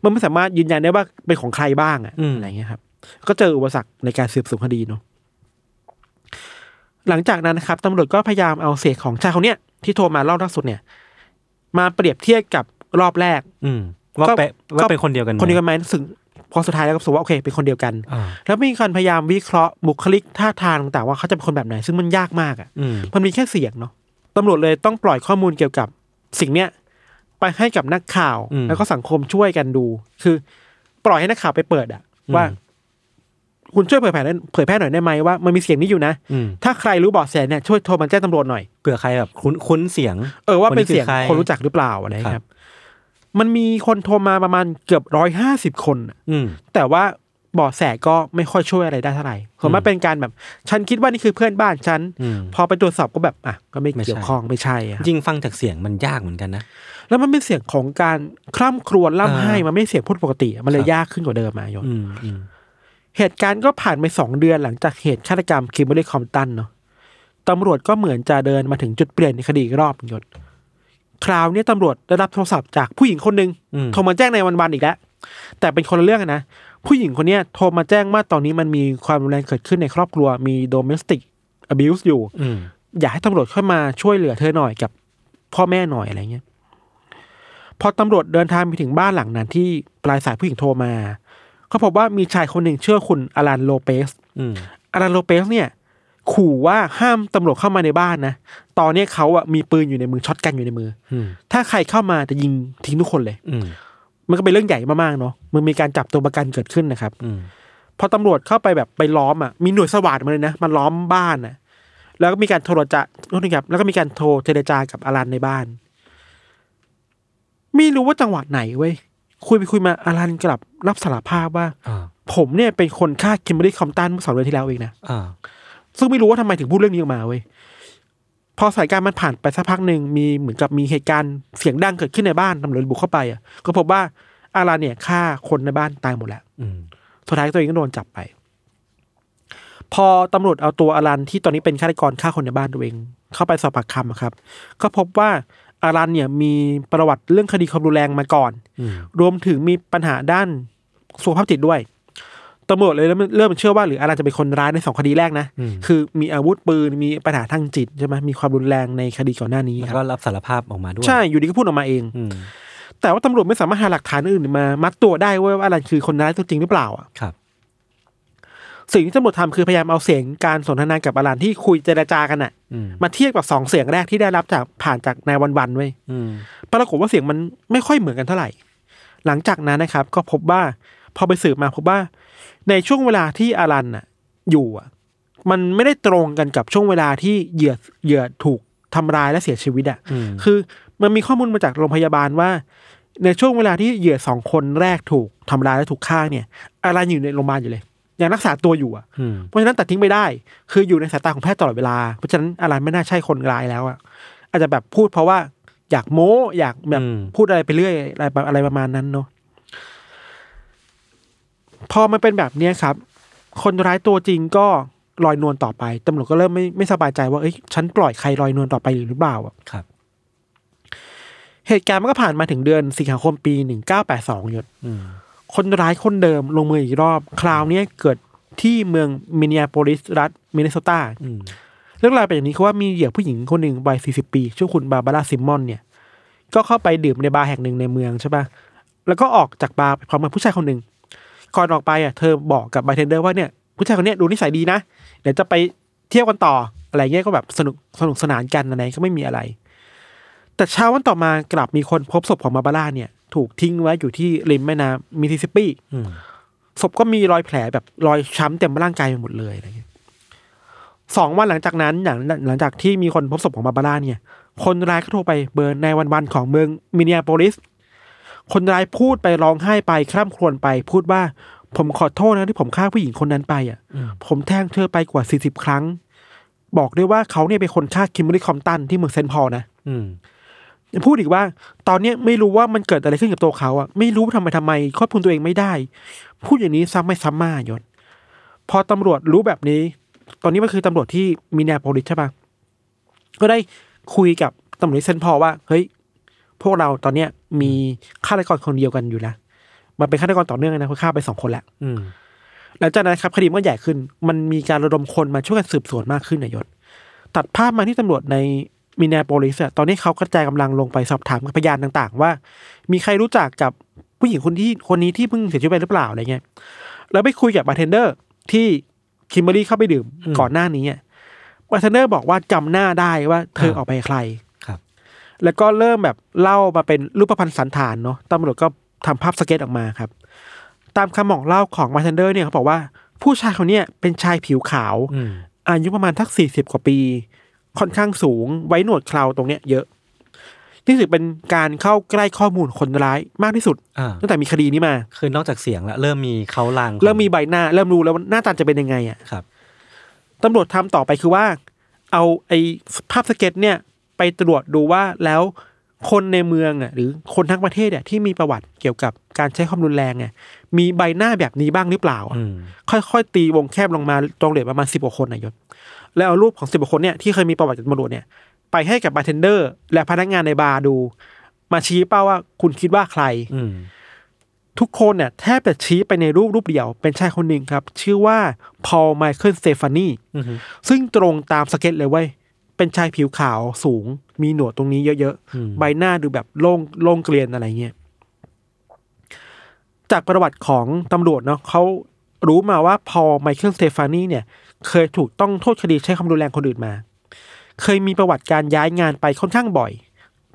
Speaker 3: มันไม่สามารถยืนยันได้ว่าเป็นของใครบ้างอะ
Speaker 2: อืม
Speaker 3: อะไรเงี้ยครับ ก็เจออุปสรรคในการสืบสวนคดีเนาะ หลังจากนั้นนะครับตำรวจก็พยายามเอาเศษของชายคนเนี้ยที่โทรมารอบล่าสุดเนี่ย มาเปรียบเทียบกับรอบแรก
Speaker 2: อืม ว่าเปะว่าเป็นคนเดียวกันไหม
Speaker 3: คนเดียวกันไหมซึ่งพอสุดท้ายแล้วก็รู้สึกว่าโอเค เป็นคนเดียวกัน
Speaker 2: อ่า
Speaker 3: แล้วมีการพยายามวิเคราะห์บุคลิกท่าทางต่างๆว่าเขาจะเป็นคนแบบไหน ซึ่งมันยากมากอ่ะ
Speaker 2: อืม
Speaker 3: มันมีแค่เสียงเนาะตำรวจเลยต้องปล่อยข้อมูลเกี่ยวกับสิ่งเนี้ยไปให้กับนักข่าว
Speaker 2: อืม
Speaker 3: แล้วก็สังคมช่วยกันดู คือปล่อยให้นักข่าวไปเปิดอะ
Speaker 2: อืม
Speaker 3: ว่า คุณช่วยเผยแผ่นั้นเผยแพร่หน่อยได้ไหมว่ามันมีเสียงนี้อยู่นะ
Speaker 2: อืม
Speaker 3: ถ้าใครรู้เบาะแสเนี่ยช่วยโทรมาแจ้งตำรวจหน่อย
Speaker 2: เผื่อใครแบบคุ้นคุ้นเสียง
Speaker 3: เออว่าเป็นเสียง
Speaker 2: คนนี้คือใคร
Speaker 3: คนรู้จักหรือเปล่าอะไร
Speaker 2: ค
Speaker 3: ค
Speaker 2: รั
Speaker 3: รับ บ มันมีคนโทรมาประมาณเกือบร้อยห้าสิบคนน่ะ
Speaker 2: อืม
Speaker 3: แต่ว่า เบาะแสก็ไม่ค่อยช่วยอะไรได้เท่าไหร่ส่วนมากเป็นการแบบ ฉันคิดว่านี่คือเพื่อนบ้านฉัน
Speaker 2: อืม
Speaker 3: พอไปตรวจสอบก็แบบอ่ะก็ไม่
Speaker 2: ไม่ใช่
Speaker 3: เกี่ยวข้องไม่ใช่อะ
Speaker 2: จริงฟังจากเสียงมันยากเหมือนกันนะ
Speaker 3: แล้วมันเป็นเสียงของการคร่ำครวญ
Speaker 2: อ่า
Speaker 3: ร่ำไห้มันไม่เสียงพูดปกติมันเลยยากขึ้นกว่าเดิมมาโยน
Speaker 2: อืมอืม
Speaker 3: เหตุการณ์ก็ผ่านไปสองเดือนหลังจากเหตุฆาตกรรมคิมเบอร์รี่คอมตันเนาะตำรวจก็เหมือนจะเดินมาถึงจุดเปลี่ยนในคดีอีกรอบโยนคราวนี้ตำรวจได้รับโทรศัพท์จากผู้หญิงคนหนึ่ง
Speaker 2: อืม
Speaker 3: โทรมาแจ้งในวันวันๆอีกแล้ว แต่เป็นคนละเรื่องอะนะ ผู้หญิงคนเนี้ยโทรมาแจ้งว่าตอนนี้มันมีความรุนแรงเกิดขึ้นในครอบครัวมี domestic abuse อยู่
Speaker 2: อืม
Speaker 3: อยากให้ตำรวจเข้ามาช่วยเหลือเธอหน่อยกับพ่อแม่หน่อยอะไรเงี้ย พอตำรวจเดินทางไปถึงบ้านหลังนั้นที่ปลายสายผู้หญิงโทรมา เขาพบว่ามีชายคนหนึ่งเชื่อคุณอารันโลเปส
Speaker 2: อืม
Speaker 3: อารันโลเปสเนี่ยขู่ว่าห้ามตำรวจเข้ามาในบ้านนะ ตอนเนี้ยเขาอะมีปืนอยู่ในมือช็อตกันอยู่ในมือ
Speaker 2: อืม
Speaker 3: ถ้าใครเข้ามาจะยิงทิ้งทุกคนเลย
Speaker 2: อืม
Speaker 3: มันก็เป็นเรื่องใหญ่มากๆเนาะ มันมีการจับตัวประกันเกิดขึ้นนะครับ
Speaker 2: อืม
Speaker 3: พอตำรวจเข้าไปแบบไปล้อมอ่ะ มีหน่วยสวาดมาเลยนะ มาล้อมบ้านอ่ะ แล้วก็มีการโทรจะโทษนะครับ แล้วก็มีการโทรเจรจากับอารันในบ้าน ไม่รู้ว่าจังหวะไหนเว้ย คุยไปคุยมาอารันกลับรับสารภาพว่า
Speaker 2: อ่า
Speaker 3: ผมเนี่ยเป็นคนฆ่าคิมเบอร์รี่คอมตันเมื่อสองเดือนที่แล้วเองนะ
Speaker 2: อ่า
Speaker 3: ซึ่งไม่รู้ว่าทำไมถึงพูดเรื่องนี้ออกมาเว้ย พอสถายการณ์มันผ่านไปสักพักหนึ่งมีเหมือนกับมีเหตุการณ์เสียงดังเกิดขึ้นในบ้านตำรวจบุกเข้าไปอ่ะ ก็พบว่าอารันเนี่ยฆ่าคนในบ้านตายหมดแล้ว
Speaker 2: อืม
Speaker 3: สุดท้ายตัวเองก็โดนจับไป พอตำรวจเอาตัวอารันที่ตอนนี้เป็นฆาตกรฆ่าคนในบ้านตัวเอง เข้าไปสอบปากคำอะครับ ก็พบว่าอารันเนี่ยมีประวัติเรื่องคดีความรุนแรงมาก่อน
Speaker 2: อืม
Speaker 3: รวมถึงมีปัญหาด้านสุขภาพจิตด้วยตำรวจเลยเริ่มเริ่มเชื่อว่าหรืออารันจะเป็นคนร้ายในสองคดีแรกนะ คือมีอาวุธปืนมีปัญหาทางจิตใช่ไหมมีความรุนแรงในคดีก่อนหน้านี้
Speaker 2: แล้ว
Speaker 3: ค
Speaker 2: ก็
Speaker 3: รับ
Speaker 2: รับสารภาพออกมาด้วย
Speaker 3: ใช่อยู่ดีก็พูดออกมาเอง
Speaker 2: อืม
Speaker 3: แต่ว่าตำรวจไม่สามารถหาหลักฐานอื่นมา มัดตัวได้เวยว่าอารันคือคนร้ายตัวจริงหรือเปล่าอะ
Speaker 2: ครับ
Speaker 3: สิ่งที่ตำรวจทำคือพยายามเอาเสียงการสนทนากับอารันที่คุยเจรจากันน่ะ
Speaker 2: อืม
Speaker 3: มาเทียบกับสองเสียงแรกที่ได้รับจากผ่านจากนายวันวันๆเว้ย
Speaker 2: อืม
Speaker 3: ปรากฏว่าเสียงมันไม่ค่อยเหมือนกันเท่าไหร่ หลังจากนั้นนะครับ ก็พบว่าพอไปสืบมาพบว่า ในช่วงเวลาที่อารันน่ะ อยู่อ่ะ มันไม่ได้ตรงกันกับช่วงเวลาที่เหยื่อเหยื่อถูกทำร้ายและเสียชีวิตอ่ะ
Speaker 2: อืม
Speaker 3: คือมันมีข้อมูลมาจากโรงพยาบาลว่า ในช่วงเวลาที่เหยื่อสองคนแรกถูกทำร้ายและถูกฆ่าเนี่ยอารันอยู่ในโรงพยาบาลอยู่เลยยังรักษาตัวอยู่อ่ะ
Speaker 2: อืม
Speaker 3: เพราะฉะนั้นตัดทิ้งไม่ได้ คืออยู่ในสายตาของแพทย์ตลอดเวลา เพราะฉะนั้นอารันไม่น่าใช่คนร้ายแล้วอ่ะ อาจจะแบบพูดเพราะว่าอยากโม้ อยากแบบพูดอะไรไปเรื่อยอะไรประอะไรประมาณนั้นเนาะ พอมันเป็นแบบเนี้ยครับ คนร้ายตัวจริงก็ลอยนวลต่อไป ตำรวจก็เริ่มไม่ไม่สบายใจว่า เอ้ย ฉันปล่อยใครลอยนวลต่อไปหรือเปล่าอะ
Speaker 2: ครับ
Speaker 3: เหตุการณ์มันก็ผ่านมาถึงเดือนสิงหาคมปี 1982หยด
Speaker 2: อืม
Speaker 3: คนร้ายคนเดิมลงมืออีกรอบ คราวเนี้ยเกิดที่เมืองมินเนียโพลิสรัฐมินเนโซตา
Speaker 2: อืม
Speaker 3: เรื่องราวเป็นอย่างนี้คือว่ามีเหยื่อผู้หญิงคนหนึ่งวัย 40 ปี ชื่อคุณบาบาร่าซิมมอนเนี่ย ก็เข้าไปดื่มในบาร์แห่งหนึ่งในเมืองใช่ปะแล้วก็ออกจากบาร์ไปพร้อมกับผู้ชายคนหนึ่ง ก่อนออกไปอ่ะเธอบอกกับบาร์เทนเดอร์ว่าเนี่ยผู้ชายคนเนี้ยดูนิสัยดีนะ เดี๋ยวจะไปเที่ยวกันต่ออะไรเงี้ยก็แบบสนุกสนุกสนานกันอะไรก็ไม่มีอะไร แต่เช้าวันต่อมากลับมีคนพบศพของบาบาร่าเนี่ย ถูกทิ้งไว้อยู่ที่ริมแม่น้ำมิสซิสซิปปี
Speaker 2: อืม
Speaker 3: ศพก็มีรอยแผลแบบรอยช้ำเต็มร่างกายไปหมดเลยอะไรเงี้ยสองวันหลังจากนั้นหลังหลังจากที่มีคนพบศพของบาบาร่าเนี่ย คนร้ายก็โทรไปเบอร์ในวันวันๆของเมืองมินเนียโพลิส คนร้ายพูดไปร้องไห้ไปคร่ำครวญไป พูดว่าผมขอโทษนะที่ผมฆ่าผู้หญิงคนนั้นไปอ่ะ ผมแทงเธอไปกว่าสี่สิบครั้ง บอกด้วยว่าเขาเนี่ยเป็นคนฆ่าคิมเบอร์รี่คอมตันที่เมืองเซนต์พอลนะ
Speaker 2: อืม
Speaker 3: ยังพูดอีกว่าตอนเนี้ยไม่รู้ว่ามันเกิดอะไรขึ้นกับตัวเขาอ่ะไม่รู้ทำไมทำไมควบคุมตัวเองไม่ได้ พูดอย่างนี้ซ้ำไม่ซ้ำมายศพอตำรวจรู้แบบนี้ ตอนนี้มันคือตำรวจที่มีแนวโพลิสใช่ปะก็ได้คุยกับตำรวจเซนต์พอลว่า เฮ้ย พวกเราตอนเนี้ยมีฆาตกรคนเดียวกันอยู่นะมันเป็นฆาตกรต่อเนื่องนะเขาฆ่าไปสองคนแล้ว
Speaker 2: อืม
Speaker 3: หลังจากนั้นครับคดีมันก็ใหญ่ขึ้น มันมีการระดมคนมาช่วยกันสืบสวนมากขึ้นนายศ ตัดภาพมาที่ตำรวจในมินเนโปลิสอะตอนนี้เขากระจายกำลังลงไปสอบถามกับพยานต่างๆ ว่า มีใครรู้จักกับผู้หญิงคนที่คนนี้ที่เพิ่งเสียชีวิตไปหรือเปล่าอะไรเงี้ย แล้วไปคุยกับบาร์เทนเดอร์ที่คิมเบอรรี่เข้าไปดื่มก่อนหน้านี้อะบาร์เทนเดอร์บอกว่าจำหน้าได้ว่าเธอออกไปกับใคร
Speaker 2: ครับ
Speaker 3: แล้วก็เริ่มแบบเล่ามาเป็นรูปพันธ์สันฐานเนาะตำรวจก็ทำภาพสเก็ตออกมาครับ ตามคำบอกเล่าของมาร์เทนเดอร์เนี่ยเขาบอกว่าผู้ชายคนเนี้ยเป็นชายผิวขาว
Speaker 2: อืม
Speaker 3: อายุประมาณทักสี่สิบกว่าปี ค่อนข้างสูงไว้หนวดเคราตรงเนี้ยเยอะ นี่ถือเป็นการเข้าใกล้ข้อมูลคนร้ายมากที่สุด
Speaker 2: อ่า
Speaker 3: ตั้งแต่มีคดีนี้มา
Speaker 2: คือนอกจากเสียงแล้วเริ่มมีเขาลางของ
Speaker 3: เริ่มมีใบหน้า เริ่มรู้แล้วว่าหน้าตาจะเป็นยังไงอ่ะ
Speaker 2: ครับ
Speaker 3: ตำรวจทำต่อไปคือว่า เอาไอ้ภาพสเก็ตเนี่ยไปตรวจดูว่าแล้วคนในเมืองอ่ะหรือคนทั้งประเทศอ่ะที่มีประวัติเกี่ยวกับการใช้ความรุนแรงอ่ะมีใบหน้าแบบนี้บ้างหรือเปล่าอะ
Speaker 2: อืม
Speaker 3: ค่อยๆ ตีวงแคบลงมาตรงเหลือประมาณสิบกว่าคนนายศแล้วเอารูปของสิบกว่าคนเนี่ยที่เคยมีประวัติกับตำรวจเนี่ยไปให้กับบาร์เทนเดอร์ และพนักงานในบาร์ดู มาชี้เป้าว่าคุณคิดว่าใคร
Speaker 2: อืม
Speaker 3: ทุกคนเนี่ยแทบจะชี้ไปในรูปรูปเดียวเป็นชายคนหนึ่งครับ ชื่อว่าพอลไมเคิลสเตฟานี
Speaker 2: อือฮึ
Speaker 3: ซึ่งตรงตามสเก็ตเลยเว้ย เป็นชายผิวขาวสูง มีหนวดตรงนี้เยอะๆ ใบหน้าดูแบบโล่งโล่งเกลียนอะไรเงี้ยจากประวัติของตำรวจเนาะเขารู้มาว่าพอลไมเคิลสเตฟานีเนี่ย เคยถูกต้องโทษคดีใช้ความรุนแรงคนอื่นมา เคยมีประวัติการย้ายงานไปค่อนข้างบ่อย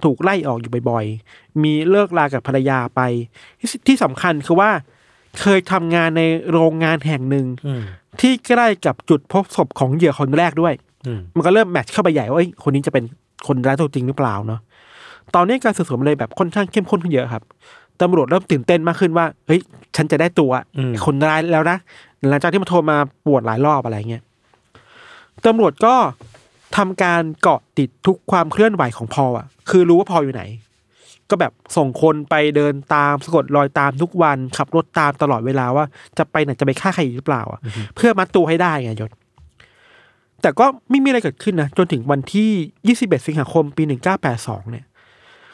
Speaker 3: ถูกไล่ออกอยู่บ่อยๆ มีเลิกลากับภรรยาไป ที่สที่สำคัญคือว่าเคยทำงานในโรงงานแห่งหนึ่ง
Speaker 2: อืม
Speaker 3: ที่ใกล้กับจุดพบศพของเหยื่อคนแรกด้วย
Speaker 2: อืม
Speaker 3: มันก็เริ่มแมทช์เข้าไปใหญ่ว่าเอ้ยคนนี้จะเป็นคนร้ายตัวจริงหรือเปล่าเนาะตอนนี้การสืบสวนมันเลยแบบค่อนข้างเข้มข้นขึ้นเยอะครับตำรวจเริ่มตื่นเต้นมากขึ้นว่าเฮ้ยฉันจะได้ตัวไอ้คนร้ายแล้วนะหลังจากที่มันโทรมาปวดหลายรอบอะไรเงี้ยตำรวจก็ทำการเกาะติดทุกความเคลื่อนไหวของพอลอ่ะ คือรู้ว่าพอลอยู่ไหน ก็แบบส่งคนไปเดินตามสะกดรอยตามทุกวัน ขับรถตามตลอดเวลาว่าจะไปไหนจะไปฆ่าใครอีกหรือเปล่าอ่ะเพื่อมัดตัวให้ได้ไงยศ แต่ก็ไม่มีอะไรเกิดขึ้นนะ จนถึงวันที่ 21 สิงหาคมปี 1982 เนี่ย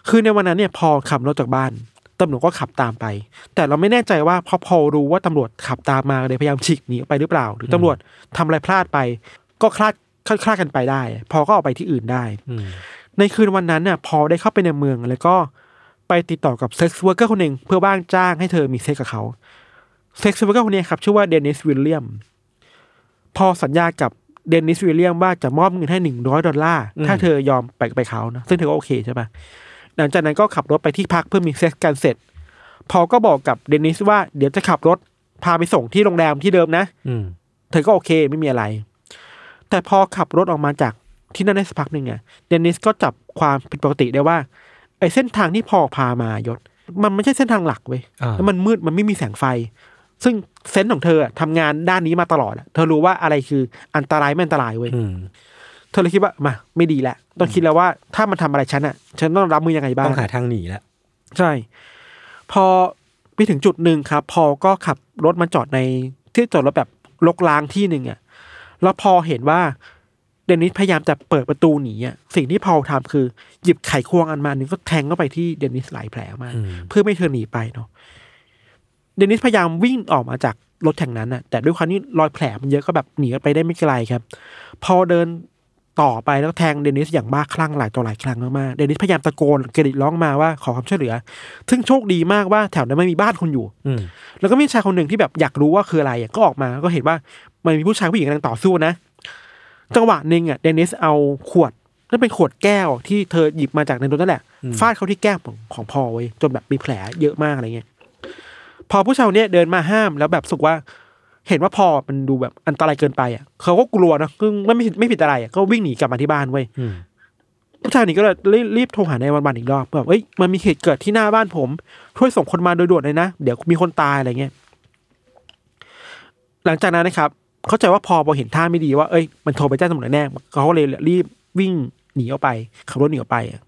Speaker 3: คือในวันนั้นเนี่ยพอลขับรถจากบ้าน ตำรวจก็ขับตามไป แต่เราไม่แน่ใจว่าเพอพอลรู้ว่าตำรวจขับตามมาเลยพยายามฉีกหนีออกไปหรือเปล่า หรือตำรวจทำอะไรพลาดไป ก็คลาดคลาดคลาดกันไปได้ พอก็ออกไปที่อื่นได้
Speaker 2: อืม
Speaker 3: ในคืนวันนั้นน่ะพอได้เข้าไปในเมืองแล้วก็ไปติดต่อกับเซ็กซ์เวิร์กเกอร์คนหนึ่งเพื่อว่างจ้างให้เธอมีเซ็กกับเขาเซ็กซ์เวิร์กเกอร์คนนี้ครับชื่อว่าเดนิสวิลเลียม พอสัญญากับเดนิสวิลเลียมว่าจะมอบเงินให้หนึ่งร้อยดอลลาร์ถ้าเธอยอมไปไปเขานะซึ่งเธอก็โอเคใช่ปะหลังจากนั้นก็ขับรถไปที่พักเพื่อมีเซ็กซ์กันเสร็จ พอก็บอกกับเดนิสว่าเดี๋ยวจะขับรถพาไปส่งที่โรงแรมที่เดิมนะ
Speaker 2: อืม
Speaker 3: เธอก็โอเคไม่มีอะไร แต่พอขับรถออกมาจากที่นั่นได้สักพักหนึ่งอะเดนิสก็จับความผิดปกติได้ว่าไอ้เส้นทางที่พอพามายศ มันไม่ใช่เส้นทางหลักเว้ย
Speaker 2: อ่า
Speaker 3: แล้วมันมืดมันไม่มีแสงไฟ ซึ่งเซนส์ของเธออะทำงานด้านนี้มาตลอดอะเธอรู้ว่าอะไรคืออันตรายไม่อันตรายเว้ย
Speaker 2: อืม
Speaker 3: เธอเลยคิดว่ามาไม่ดีแล้วต้องคิดแล้วว่าถ้ามันทำอะไรฉันอะฉันต้องรับมือยังไงบ้า
Speaker 2: ต้อง งหาทางหนีแล้ว
Speaker 3: ใช่ พอไปถึงจุดหนึ่งครับ พอก็ขับรถมาจอดในที่จอดรถแบบลกล้างที่หนึ่งอะ่ะแล้วพอเห็นว่าเดนนิสพยายามจะเปิดประตูหนีอะ่ะสิ่งที่พอลทำคือ หยิบไขควงอันมาหนึ่งก็แทงเข้าไปที่เดนนิสหลายแผลมาก เพื่อไม่ให้เธอหนีไปเนาะเดนนิสพยายามวิ่งออกมาจากรถแข่งนั้นน่ะ แต่ด้วยความที่รอยแผลมันเยอะก็แบบหนีไปได้ไม่ไกลครับ พอเดินต่อไปแล้วแทงเดนิสอย่างบ้าคลั่งหลายต่อหลายครั้งมากๆเดนิสพยายามตะโกนกระดิกร้องมาว่าขอความช่วยเหลือ ซึ่งโชคดีมากว่าแถวนั้นไม่มีบ้านคนอยู่
Speaker 2: อืม
Speaker 3: แล้วก็มีชายคนหนึ่งที่แบบอยากรู้ว่าคืออะไรอ่ะก็ออกมาก็เห็นว่ามันมีผู้ชายผู้หญิงกำลังต่อสู้นะ จังหวะหนึ่งอ่ะเดนิสเอาขวดนั่นเป็นขวดแก้วที่เธอหยิบมาจากในรถนั่นแหละฟาดเข้าที่แก้มของของพอไว้ยจนแบบมีแผลเยอะมากอะไรเงี้ยพอผู้ชายคนเนี้ยเดินมาห้ามแล้วแบบรู้สุกว่า เห็นว่าพอมันดูแบบอันตรายเกินไปอ่ะเขาก็กลัวนะซึ่งไม่ไม่ผิดไม่ผิดอะไรอ่ะก็วิ่งหนีกลับมาที่บ้านเว้ย
Speaker 2: อืม
Speaker 3: ผู้ชายนี่ก็เลยรีบรีบโทรหาในายวันบันอีกรอบแบบเอ้ยมันมีเหตุเกิดที่หน้าบ้านผม ช่วยส่งคนมาโดยด่วนเลยนะ เดี๋ยวมีคนตายอะไรเงี้ยหลังจากนั้นนะครับ เข้าใจว่าพอพอเห็นท่าไม่ดีว่าเอ้ยมันโทรไปแจ้งตำรวจแน่ๆเขาก็เลยรีบวิ่งหนีออกไปขับรถหนีออกไปอะ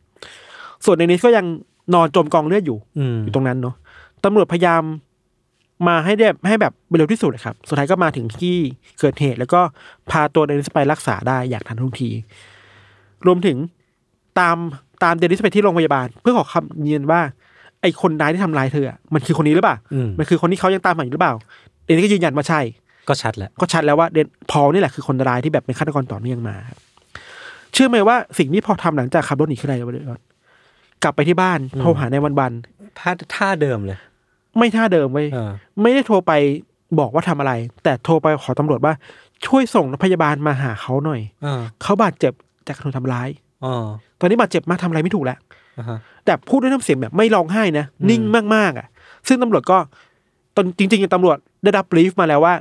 Speaker 3: ส่วนในนี้ก็ยังนอนจมกองเลือดอยู่
Speaker 2: อืม
Speaker 3: อยู่ตรงนั้นเนาะตำรวจพยายามมาให้ได้ให้แบบเร็วที่สุดอะครับ สุดท้ายก็มาถึงที่เกิดเหตุ แล้วก็พาตัวเดนิสไปรักษาได้อย่างทันท่วงที รวมถึงตามตามเดนิสไปที่โรงพยาบาล เพื่อขอคำยืนยันว่า ไอ้คนร้ายที่ทำร้ายเธออะมันคือคนนี้หรือเปล่า
Speaker 2: อืม
Speaker 3: มันคือคนที่เขายังตามหาอยู่หรือเปล่า เดนิสก็ยืนยันว่าใช่
Speaker 2: ก็ชัดแล้ว
Speaker 3: ก็ชัดแล้วว่าเดนพอลนี่แหละคือคนร้ายที่แบบเป็นฆาตกรต่อเนื่องมาครับเชื่อไหมว่าสิ่งที่พอลทำหลังจากขับรถหนีขึ้นไรวะเดี๋ยวก่อนกลับไปที่บ้านโทรหาในวันวัน
Speaker 2: ท่าท่าเดิมเลย
Speaker 3: ๆไม่ท่าเดิมเว้ย
Speaker 2: เออ
Speaker 3: ไม่ได้โทรไปบอกว่าทำอะไร แต่โทรไปขอตำรวจว่า ช่วยส่งพยาบาลมาหาเขาหน่อย
Speaker 2: เออ
Speaker 3: เขาบาดเจ็บจากการถูกทำร้าย
Speaker 2: อ๋อ
Speaker 3: ตอนนี้บาดเจ็บมากทำอะไรไม่ถูกแล้ว
Speaker 2: อ่าฮะ
Speaker 3: แต่พูดด้วยน้ำเสียงแบบไม่ร้องไห้นะ นิ่งมากๆอ่ะ ซึ่งตำรวจก็ตอนจริงๆตำรวจได้รับบรีฟมาแล้วว่า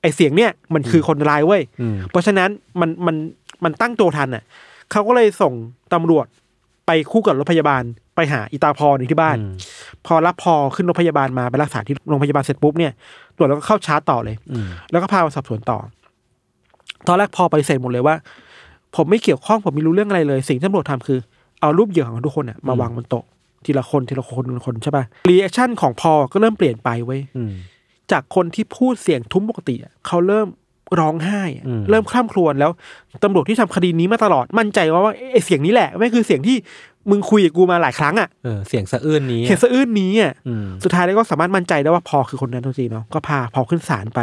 Speaker 3: ไอเสียงเนี่ยมันคือคนร้ายเว้ย
Speaker 2: อืม
Speaker 3: เพราะฉะนั้นมันมันมันตั้งตัวทันอ่ะเขาก็เลยส่งตำรวจไป ไปคู่กับรถพยาบาลไปหาอิตาพรอยู่ที่บ้าน พอรับพอขึ้นรถพยาบาลมาไปรักษาที่โรงพยาบาลเสร็จปุ๊บเนี่ยตรวจแล้วก็เข้าชาร์จต่อเลย แล้วก็พามาสอบสวนต่อ ตอนแรกพอปฏิเสธหมดเลยว่า ผมไม่เกี่ยวข้องผมไม่รู้เรื่องอะไรเลย สิ่งที่ตำรวจทำคือ เอารูปเหยื่อของทุกคนน่ะมาวางบนโต๊ะทีละคนทีละคนทีละคนใช่ป่ะรีแอคชั่นของพอก็เริ่มเปลี่ยนไปเว้ย
Speaker 2: อืม
Speaker 3: จากคนที่พูดเสียงทุ้มปกติอะเขาเริ่มร้องไห้อะ
Speaker 2: อืม
Speaker 3: เริ่มคร่ำครวญแล้วตำรวจที่ทำคดีนี้มาตลอดมั่นใจว่าว่าไอ้เสียงนี้แหละไม่งคือเสียงที่มึงคุยกับกูมาหลายครั้งอ่ะ
Speaker 2: เออเสียงสะอื้นนี้
Speaker 3: เสียงสะอื้นนี้อ่ะ
Speaker 2: อืม
Speaker 3: สุดท้ายแล้วก็สามารถมั่นใจได้ว่าพอคือคนนั้นจริงๆเนาะก็พาพอขึ้นศาลไป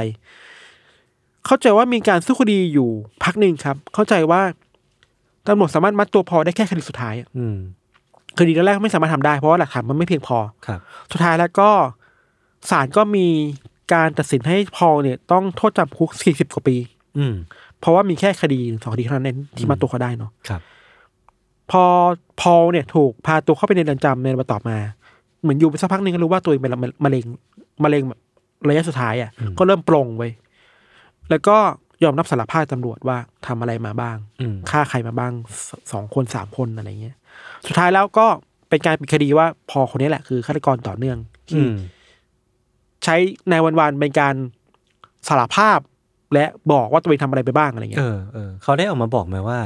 Speaker 3: เข้าใจว่ามีการสู้คดีอยู่พักหนึ่งครับ เข้าใจว่าตำรวจสามารถมัดตัวพอได้แค่คดีสุดท้ายอะ
Speaker 2: อืม
Speaker 3: คดีแรกๆไม่สามารถทำได้เพราะว่าหลักฐานมันไม่เพียงพอ
Speaker 2: ครับ
Speaker 3: สุดท้ายแล้วก็ศาลก็มีการตัดสินให้พอลเนี่ยต้องโทษจำคุก 40 กว่าปี
Speaker 2: อืม
Speaker 3: เพราะว่ามีแค่คดีหนึ่งสองคดีเท่านั้นเองที่มาตัวเขาได้เนาะ
Speaker 2: ครับ
Speaker 3: พอพอลเนี่ยถูกพาตัวเข้าไปในเรือนจำในวันต่อมา เหมือนอยู่ไปสักพักหนึ่งก็รู้ว่าตัวเองเป็นมะเร็งมะเร็งแบบระยะสุดท้ายอะ่ะก็เริ่มปรงไว้ยแล้วก็ยอมรับสารภาพตำรวจว่าทำอะไรมาบ้าง
Speaker 2: อืม
Speaker 3: ฆ่าใครมาบ้างสสองคนสามคนอะไรเงี้ย สุดท้ายแล้วก็เป็นการปิดคดีว่าพอลคนนี้แหละคือฆาตกรต่อเนื่อง
Speaker 2: อื
Speaker 3: ที่
Speaker 2: ม
Speaker 3: ใช้นายวันวานเป็นการสารภาพ และบอกว่าตัวเองทำอะไรไปบ้างอะไร
Speaker 2: เอ
Speaker 3: เงี้ย
Speaker 2: อเออเขาได้ออกมาบอกไหมว่า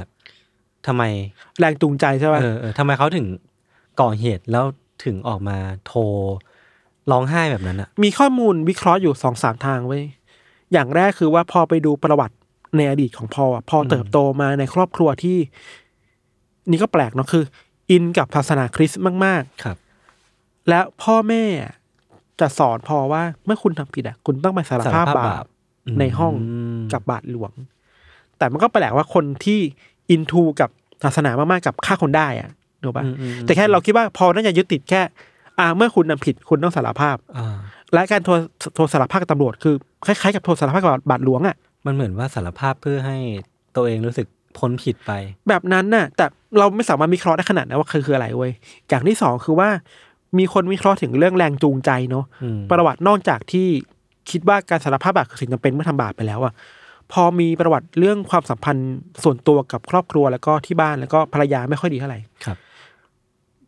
Speaker 2: ทำไม
Speaker 3: แรงจูงใจใช่ป่ะ
Speaker 2: เออเออทำไมเขาถึงก่อเหตุแล้วถึงออกมาโทรร้องไห้แบบนั้นอ่ะ
Speaker 3: มีข้อมูลวิเคราะห์อยู่สองสามทางเว้ยอย่างแรกคือว่าพอไปดูประวัติในอดีตของพออะพอเติบโตมาในครอบครัวที่ นี่ก็แปลกเนาะคือ อินกับศาสนาคริสต์มาก
Speaker 2: ครับ
Speaker 3: ๆ และพ่อแม่จะสอนพอว่าเมื่อคุณทำผิดอ่ะคุณต้องไปสารภาพ
Speaker 2: สารภาพ
Speaker 3: บา
Speaker 2: บาป
Speaker 3: ป ในห้อง
Speaker 2: ม
Speaker 3: กับบาทหลวง แต่มันก็แปลกว่าคนที่อินทูกับศาสนามาก ๆ กับฆ่าคนได้อะถูกปะ
Speaker 2: อืมอืม
Speaker 3: แต่แค่เราคิดว่าพอน่าจะยึดติดแค่ อ่า เมื่อคุณนำผิดคุณต้องสารภาพ
Speaker 2: อ่า
Speaker 3: และการโทรโทรสารภาพกับตำรวจคือ คล้าย ๆ กับโทรสารภาพกับบาทหลวงอะ
Speaker 2: มันเหมือนว่าสารภาพเพื่อให้ตัวเองรู้สึกพ้นผิดไป
Speaker 3: แบบนั้นน่ะ แต่เราไม่สามารถวิเคราะห์ได้ขนาดนั้นว่าคือคืออะไรเว้ยอย่างที่สองคือว่า มีคนวิเคราะห์ถึงเรื่องแรงจูงใจเนาะ
Speaker 2: อืม
Speaker 3: ประวัตินอกจากที่คิดว่าการสารภาพบาปคือสิ่งจำเป็นเมื่อทำบาปไปแล้วอะพอมีประวัติเรื่องความสัมพันธ์ส่วนตัวกับครอบครัวแล้วก็ที่บ้านแล้วก็ภรรยาไม่ค่อยดีเท่าไหร่
Speaker 2: ครับ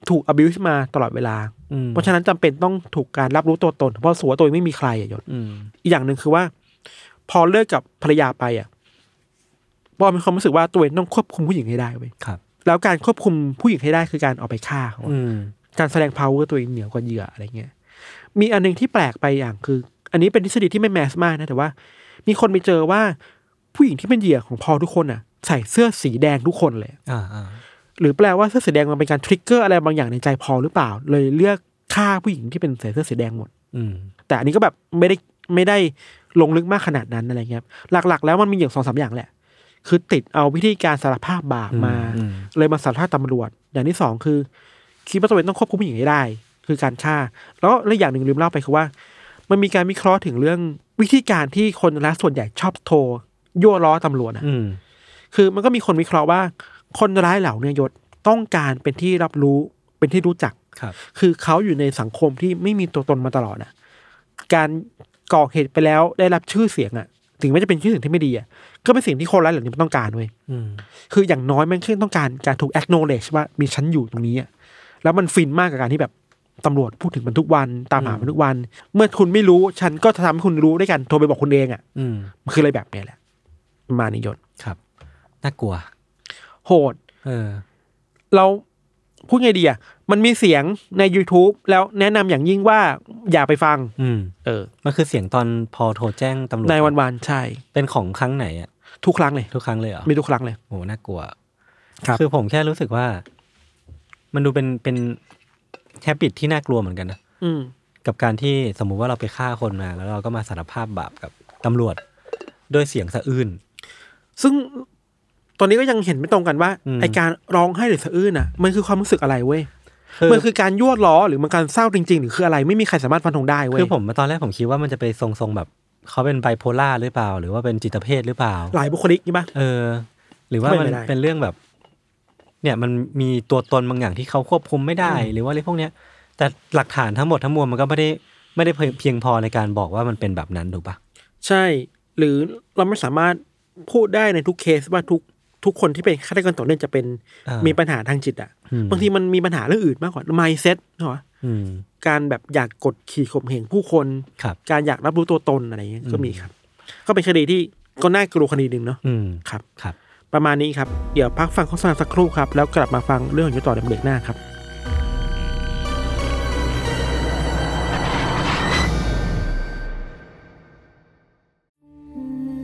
Speaker 3: ถูก abuse มาตลอดเวลา
Speaker 2: อืม
Speaker 3: เพราะฉะนั้นจำเป็นต้องถูกการรับรู้ตัวตน เพราะสัวตัวเองไม่มีใครอะยศ
Speaker 2: อืม
Speaker 3: อีกอย่างหนึ่งคือว่า พอเลิกกับภรรยาไปอะบอมมีความรู้สึกว่าตัวเองต้องควบคุมผู้หญิงให้ได้เว้ย
Speaker 2: ครับ
Speaker 3: แล้วการควบคุมผู้หญิงให้ได้คือการเอาไปฆ่าเขาอะ
Speaker 2: อืม
Speaker 3: การแสดง power ตัวเองเหนือกว่าเหยื่ออะไรเงี้ย มีอันหนึงที่แปลกไปอย่างคือ อันนี้เป็นทฤษฎีที่ไม่แมสมากนะแต่ว่า มีคนไปเจอว่าผู้หญิงที่เป็นเหยื่อของพอทุกคนอ่ะ ใส่เสื้อสีแดงทุกคนเลย
Speaker 2: อ่าอ่า
Speaker 3: หรือแปลว่าเสื้อสีแดงมันเป็นการทริกเกอร์อะไรบางอย่างในใจพอหรือเปล่า เลยเลือกฆ่าผู้หญิงที่เป็นใส่เสื้อสีแดงหมด
Speaker 2: อืม
Speaker 3: แต่อันนี้ก็แบบไม่ได้ไม่ได้ลงลึกมากขนาดนั้นอะไรเงี้ยหลักๆ แล้วมันมีอย่างสองสามอย่างแหละ คือติดเอาวิธีการสารภาพบาปมา
Speaker 2: อืม
Speaker 3: เลยมาสารภาพตำรวจ อย่างที่สองคือ คิดว่าตัวเองต้องควบคุมผู้หญิงให้ได้ คือการฆ่า แล้วและอย่างหนึ่งลืมเล่าไปคือว่า มันมีการวิเคราะห์ถึงเรื่องวิธีการที่คนละส่วนใหญ่ชอบโทรยั่วล้อตำรวจนะ
Speaker 2: อืม
Speaker 3: คือมันก็มีคนวิเคราะห์ว่า คนร้ายเหล่าเนี่ยยศต้องการเป็นที่รับรู้เป็นที่รู้จัก
Speaker 2: ครับ
Speaker 3: คือเขาอยู่ในสังคมที่ไม่มีตัวตนมาตลอดนะการก่อเหตุไปแล้วได้รับชื่อเสียงอะถึงแม้จะเป็นชื่อเสียงที่ไม่ดีอะก็เป็นสิ่งที่คนร้ายเหล่านี้มันต้องการเว้ย
Speaker 2: อืม
Speaker 3: คืออย่างน้อยมันแค่ต้องการการถูก acknowledge ว่ามีฉันอยู่ตรงนี้อะแล้วมันฟินมากกับการที่แบบตำรวจพูดถึงมันทุกวัน ตามหามันทุกวัน เมื่อคุณไม่รู้ฉันก็จะทำให้คุณรู้ด้วยกันโทรไปบอกคุณเองอะ่ะ
Speaker 2: อืม
Speaker 3: มันคืออะไรแบบเนี้ยแหละประมานิยศ
Speaker 2: ครับน่ากลัว
Speaker 3: โหด
Speaker 2: เออ
Speaker 3: เราพูดไงดีอะ่ะมันมีเสียงใน YouTube แล้วแนะนำอย่างยิ่งว่าอย่าไปฟัง
Speaker 2: อืม
Speaker 3: เออ
Speaker 2: มันคือเสียงตอนพอโทรแจ้งตำรวจ
Speaker 3: นายวันวานใช่
Speaker 2: เป็นของครั้งไหนอ่ะ
Speaker 3: ทุกครั้งเลย
Speaker 2: ทุกครั้งเลยเหรอ
Speaker 3: มีทุกครั้งเลย
Speaker 2: โหน่ากลัว
Speaker 3: ครับ
Speaker 2: คือผมแค่รู้สึกว่า มันดูเป็นเป็นแฮปปิตที่น่ากลัวเหมือนกันนะ
Speaker 3: อืม
Speaker 2: กับการที่สมมุติว่าเราไปฆ่าคนมา แล้วเราก็มาสารภาพบาปกับตำรวจด้วยเสียงสะอื้น
Speaker 3: ซึ่งตอนนี้ก็ยังเห็นไม่ตรงกันว่า
Speaker 2: อืม
Speaker 3: ไอการร้องไห้หรือสะอื้นอ่ะ มันคือความรู้สึกอะไรเว้ย
Speaker 2: คือ
Speaker 3: มันคือการยั่วล้อหรือมันการเศร้าจริงๆ หรือคืออะไรไม่มีใครสามารถฟันธงได้เว้ย
Speaker 2: คือผมตอนแรกผมคิดว่ามันจะไปทรงๆแบบเขาเป็นไบโพล่าหรือเปล่า หรือว่าเป็นจิตเภทหรือเปล่า
Speaker 3: หลายบุคลิกนี่ปะ
Speaker 2: เออ หรือว่า
Speaker 3: ไม่
Speaker 2: มัน
Speaker 3: ได้
Speaker 2: เป็นเรื่องแบบ เนี่ยมันมีตัวตนบางอย่างที่เขาควบคุมไม่ได้ หรือว่าอะไรพวกเนี้ย แต่หลักฐานทั้งหมดทั้งมวลมันก็ไม่ได้ไม่ได้เพียงพอในการบอกว่ามันเป็นแบบนั้นถูกปะ
Speaker 3: ใช่ หรือเราไม่สามารถพูดได้ในทุกเคสว่าทุก ทุกคนที่เป็นฆาตกรต่อเนื่องจะเป็น
Speaker 2: อ่ามี
Speaker 3: มีปัญหาทางจิตอ่ะบางทีมันมีปัญหาเรื่องอื่นมากกว่า mindset เนาะ
Speaker 2: อืม
Speaker 3: การแบบอยากกดขี่ข่มเหงผู้คน
Speaker 2: ครับ
Speaker 3: การอยากรับรู้ตัวตนอะไรเงี้ยก็มีครับ ก็เป็นคดีที่ก็น่ากลัวคดีหนึ่งเนาะ
Speaker 2: อืม
Speaker 3: ครับ
Speaker 2: ครับ
Speaker 3: ประมาณนี้ครับ เดี๋ยวพักฟังโฆษณาสักครู่ครับ แล้วกลับมาฟังเรื่องของยุทธต่อในเบรกหน้าครับ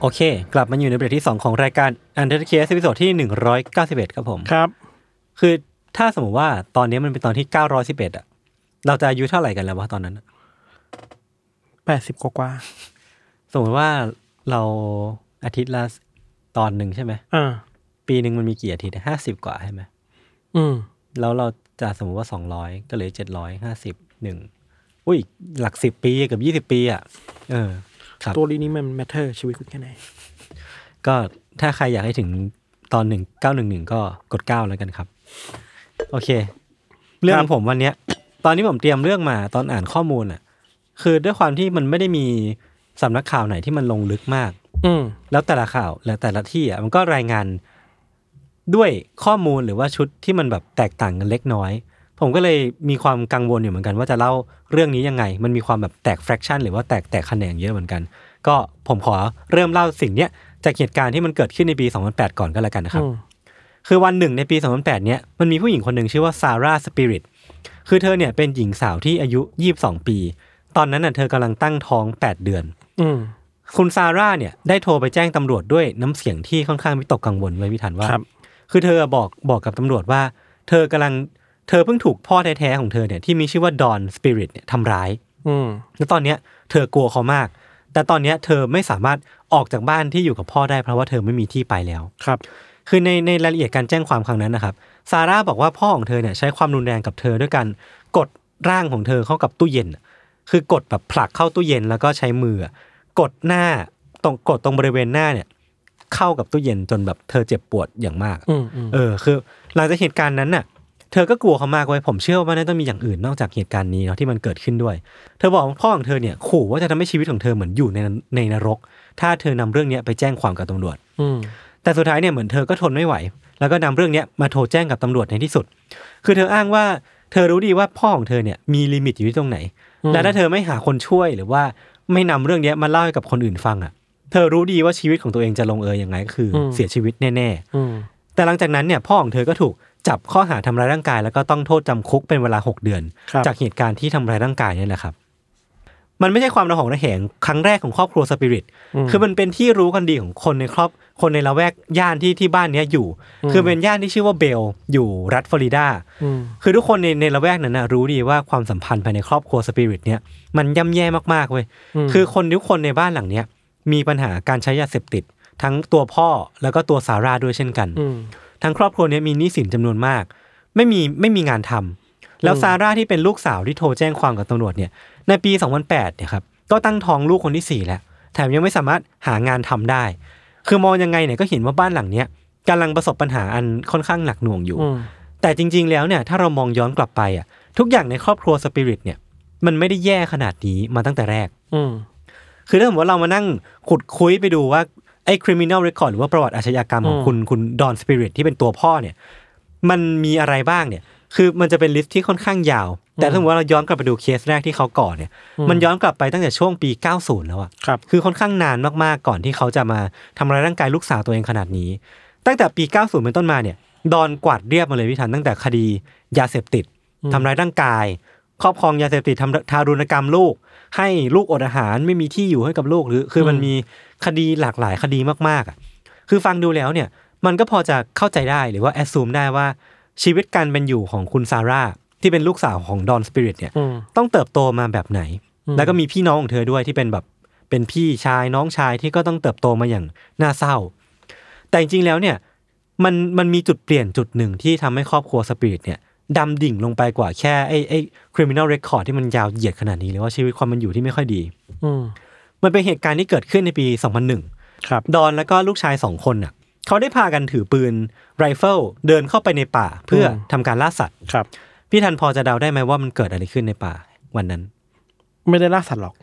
Speaker 2: โอเค กลับมาอยู่ในเบรกที่ 2 ของรายการ u n d e r c a s e ตอนที่ 191 ครับผม
Speaker 3: ครับ
Speaker 2: คือถ้าสมมติว่าตอนนี้มันเป็นตอนที่ 911 อ่ะ เราจะอายุเท่าไหร่กันแล้ววะตอนนั้นอะ
Speaker 3: แปดสิบกว่า
Speaker 2: สมมติว่าเราอาทิตย์ละตอนหนึ่งใช่ไหม
Speaker 3: ๆอ่า
Speaker 2: ปีหนึ่งมันมีกี่อาทิตย์ห้าสิบกว่าใช่ไหม
Speaker 3: อืม
Speaker 2: แล้วเราจะสมมติว่า 200 ก็เหลือ750หนึ่งอุ้ย หลัก 10 ปีเกับ 20 ปีอ่ะ เออ ครับ
Speaker 3: ตัวนี้นี่มัน matter ชีวิตคุณแค่ไหน
Speaker 2: ก็ถ้าใครอยากให้ถึงตอน 1911 ก็กด 9 แล้วกันครับ โอเค เรื่องของผมวันเนี้ย ตอนนี้ผมเตรียมเรื่องมาตอนอ่านข้อมูลอ่ะ คือด้วยความที่มันไม่ได้มีสำนักข่าวไหนที่มันลงลึกมาก
Speaker 3: อืม
Speaker 2: แล้วแต่ละข่าวและแต่ละที่อ่ะมันก็รายงานด้วยข้อมูลหรือว่าชุดที่มันแบบแตกต่างกันเล็กน้อย ผมก็เลยมีความกังวลอยู่เหมือนกัน ว่าจะเล่าเรื่องนี้ยังไง มันมีความแบบแตก fraction หรือว่าแตกแตกแขนงเยอะเหมือนกัน ก็ผมขอเริ่มเล่าสิ่งเนี้ยจากเหตุการณ์ที่มันเกิดขึ้นในปี 2008 ก่อนก็แล้วกันนะครับ
Speaker 3: อืม
Speaker 2: คือวันหนึ่งในปี 2008 เนี้ยมันมีผู้หญิงคนหนึ่งชื่อว่าซาร่าสปิริตคือเธอเนี่ยเป็นหญิงสาวที่อายุ 22 ปี ตอนนั้นน่ะเธอกำลังตั้งท้อง 8 เดือน
Speaker 3: อืม
Speaker 2: คุณซาร่าเนี่ยได้โทรไปแจ้งตำรวจด้วยน้ำเสียงที่ค่อนข้างวิตกกังวลไว้พิทันว่า
Speaker 3: ครับ
Speaker 2: คือเธอบอกบอกกับตำรวจว่า เธอกำลังเธอเพิ่งถูกพ่อแท้ๆของเธอเนี่ยที่มีชื่อว่าดอนสปิริตเนี่ยทำร้าย
Speaker 3: อืม
Speaker 2: แล้วตอนเนี้ยเธอกลัวเขามาก แต่ตอนเนี้ยเธอไม่สามารถออกจากบ้านที่อยู่กับพ่อได้เพราะว่าเธอไม่มีที่ไปแล้ว
Speaker 3: ครับ
Speaker 2: คือในในรายละเอียดการแจ้งความครั้งนั้นนะครับซาร่าบอกว่าพ่อของเธอเนี่ยใช้ความรุนแรงกับเธอด้วยการกดร่างของเธอเข้ากับตู้เย็น คือกดแบบผลักเข้าตู้เย็นแล้วก็ใช้มือ กดหน้าตรงกดตรงบริเวณหน้าเนี่ยเข้ากับตู้เย็นจนแบบเธอเจ็บปวดอย่างมาก
Speaker 3: อืมอืม
Speaker 2: เออคือหลังจากเหตุการณ์นั้นน่ะ เธอก็กลัวเขามากไว้ยผมเชื่อว่าน่าต้องมีอย่างอื่นนอกจากเหตุการณ์นี้เนาะที่มันเกิดขึ้นด้วย เธอบอกว่าพ่อของเธอเนี่ยขู่ว่าจะทำให้ชีวิตของเธอเหมือนอยู่ในในนรก ถ้าเธอนำเรื่องเนี้ยไปแจ้งความกับตำรวจ
Speaker 3: อืม
Speaker 2: แต่สุดท้ายเนี่ยเหมือนเธอก็ทนไม่ไหว แล้วก็นำเรื่องเนี้ยมาโทรแจ้งกับตำรวจในที่สุด คือเธออ้างว่าเธอรู้ดีว่าพ่อของเธอเนี่ยมีลิมิตอยู่ที่ตรงไหน และถ้าเธอไม่หาคนช่วยหรือว่าไม่นำเรื่องเนี้ยมาเล่าให้กับคนอื่นฟังอ่ะ เธอรู้ดีว่าชีวิตของตัวเองจะลงเอยยังไงก็คืออ
Speaker 3: ม
Speaker 2: เสียชีวิตแน่
Speaker 3: อืม
Speaker 2: ๆ แต่หลังจากนั้นเนี่ยพ่อของเธอก็ถูกจับข้อหาทำร้ายร่างกาย แล้วก็ต้องโทษจำคุกเป็นเวลาหกเดือน
Speaker 3: ครับ
Speaker 2: จากเหตุการณ์ที่ทำร้ายร่างกายเนี่ยแหละครับ มันไม่ใช่ความระหองระแหงครั้งแรกของครอบครัวสปิริต คือมันเป็นที่รู้กันดีของคนในครอบคนในละแวกย่านที่ที่บ้านเนี้ยอยู่ คือเป็นย่านที่ชื่อว่าเบลอยู่รัฐฟลอริดา
Speaker 3: อืม
Speaker 2: คือทุกคนในในละแวกนั้นนะรู้ดีว่าความสัมพันธ์ภายในครอบครัวสปิริตเนี่ยมันย่ำแย่มากๆเว้ย คือคนทุกคนในบ้านหลังเนี้ยมีปัญหาการใช้ยาเสพติด ทั้งตัวพ่อแล้วก็ตัวซาร่าด้วยเช่นกัน
Speaker 3: อืม
Speaker 2: ทั้งครอบครัวเนี้มีหนี้สินจำนวนมาก ไม่มีไม่มีงานทำแล้วซาร่าที่เป็นลูกสาวที่โทรแจ้งความกับตำรวจเนี่ยในปี 2008เนี่ยครับก็ตั้งท้องลูกคนที่ 4 แล้ว แถมยังไม่สามารถหางานทำได้ คือมองยังไงเนี่ยก็เห็นว่าบ้านหลังเนี้ยกำลังประสบปัญหาอันค่อนข้างหนักหน่วงอยู่
Speaker 3: อืม
Speaker 2: แต่จริง ๆ แล้วเนี่ยถ้าเรามองย้อนกลับไปอ่ะทุกอย่างในครอบครัวสปิริตเนี่ยมันไม่ได้แย่ขนาดนี้มาตั้งแต่แรก
Speaker 3: อืม
Speaker 2: คือถ้าสมมติว่าเรามานั่งขุดคุยไปดูว่าไอ้ criminal record หรือว่าประวัติอาชญากรรมของ
Speaker 3: อืม
Speaker 2: คุณคุณดอนสปิริตที่เป็นตัวพ่อเนี่ย มันมีอะไรบ้างเนี่ย คือมันจะเป็นลิสต์ที่ค่อนข้างยาว แต่ถ้าสมมติว่าเราย้อนกลับไปดูเคสแรกที่เขาก่อเนี่ย มันย้อนกลับไปตั้งแต่ช่วงปี 90 แล้วอะ
Speaker 3: ครับ
Speaker 2: คือค่อนข้างนานมากๆก่อนที่เขาจะมาทำร้ายร่างกายลูกสาวตัวเองขนาดนี้ ตั้งแต่ปี 90 เป็นต้นมาเนี่ย ดอนกวาดเรียบมาเลยพี่ทันตั้งแต่คดียาเสพติดทำร้ายร่างกาย ครอบครองยาเสพติดทำทารุณกรรมลูก ให้ลูกอดอาหารไม่มีที่อยู่ให้กับลูกหรือ คือมันมีคดีหลากหลายคดีมากๆอะคือฟังดูแล้วเนี่ย มันก็พอจะเข้าใจได้หรือว่าแอ s ซูมได้ว่าชีวิตการเป็นอยู่ของคุณซาร่า จ ที่เป็นลูกสาวของดอนสปิริตเนี่ย
Speaker 3: อืม
Speaker 2: ต้องเติบโตมาแบบไหน แล้วก็มีพี่น้องของเธอด้วยที่เป็นแบบเป็นพี่ชายน้องชายที่ก็ต้องเติบโตมาอย่างน่าเศร้า แต่จริงๆแล้วเนี่ยมันมันมีจุดเปลี่ยนจุดหนึ่งที่ทำให้ครอบครัวสปิริตเนี่ยดำดิ่งลงไปกว่าแค่ไอ้ไอ้ criminal record ที่มันยาวเหยียดขนาดนี้เลยว่าชีวิตความมันอยู่ที่ไม่ค่อยดี
Speaker 3: อืม
Speaker 2: มันเป็นเหตุการณ์ที่เกิดขึ้นในปี 2001
Speaker 3: ครับ
Speaker 2: ดอนแล้วก็ลูกชายสองคนน่ะเขาได้พากันถือปืนไรเฟิลเดินเข้าไปในป่าเพื่อทำการล่าสัตว์
Speaker 3: ครับ
Speaker 2: พี่ทันพอจะเดาได้ไหมว่ามันเกิดอะไรขึ้นในป่าวันนั้น
Speaker 3: ไม่ได้ล่าสัตว์หรอก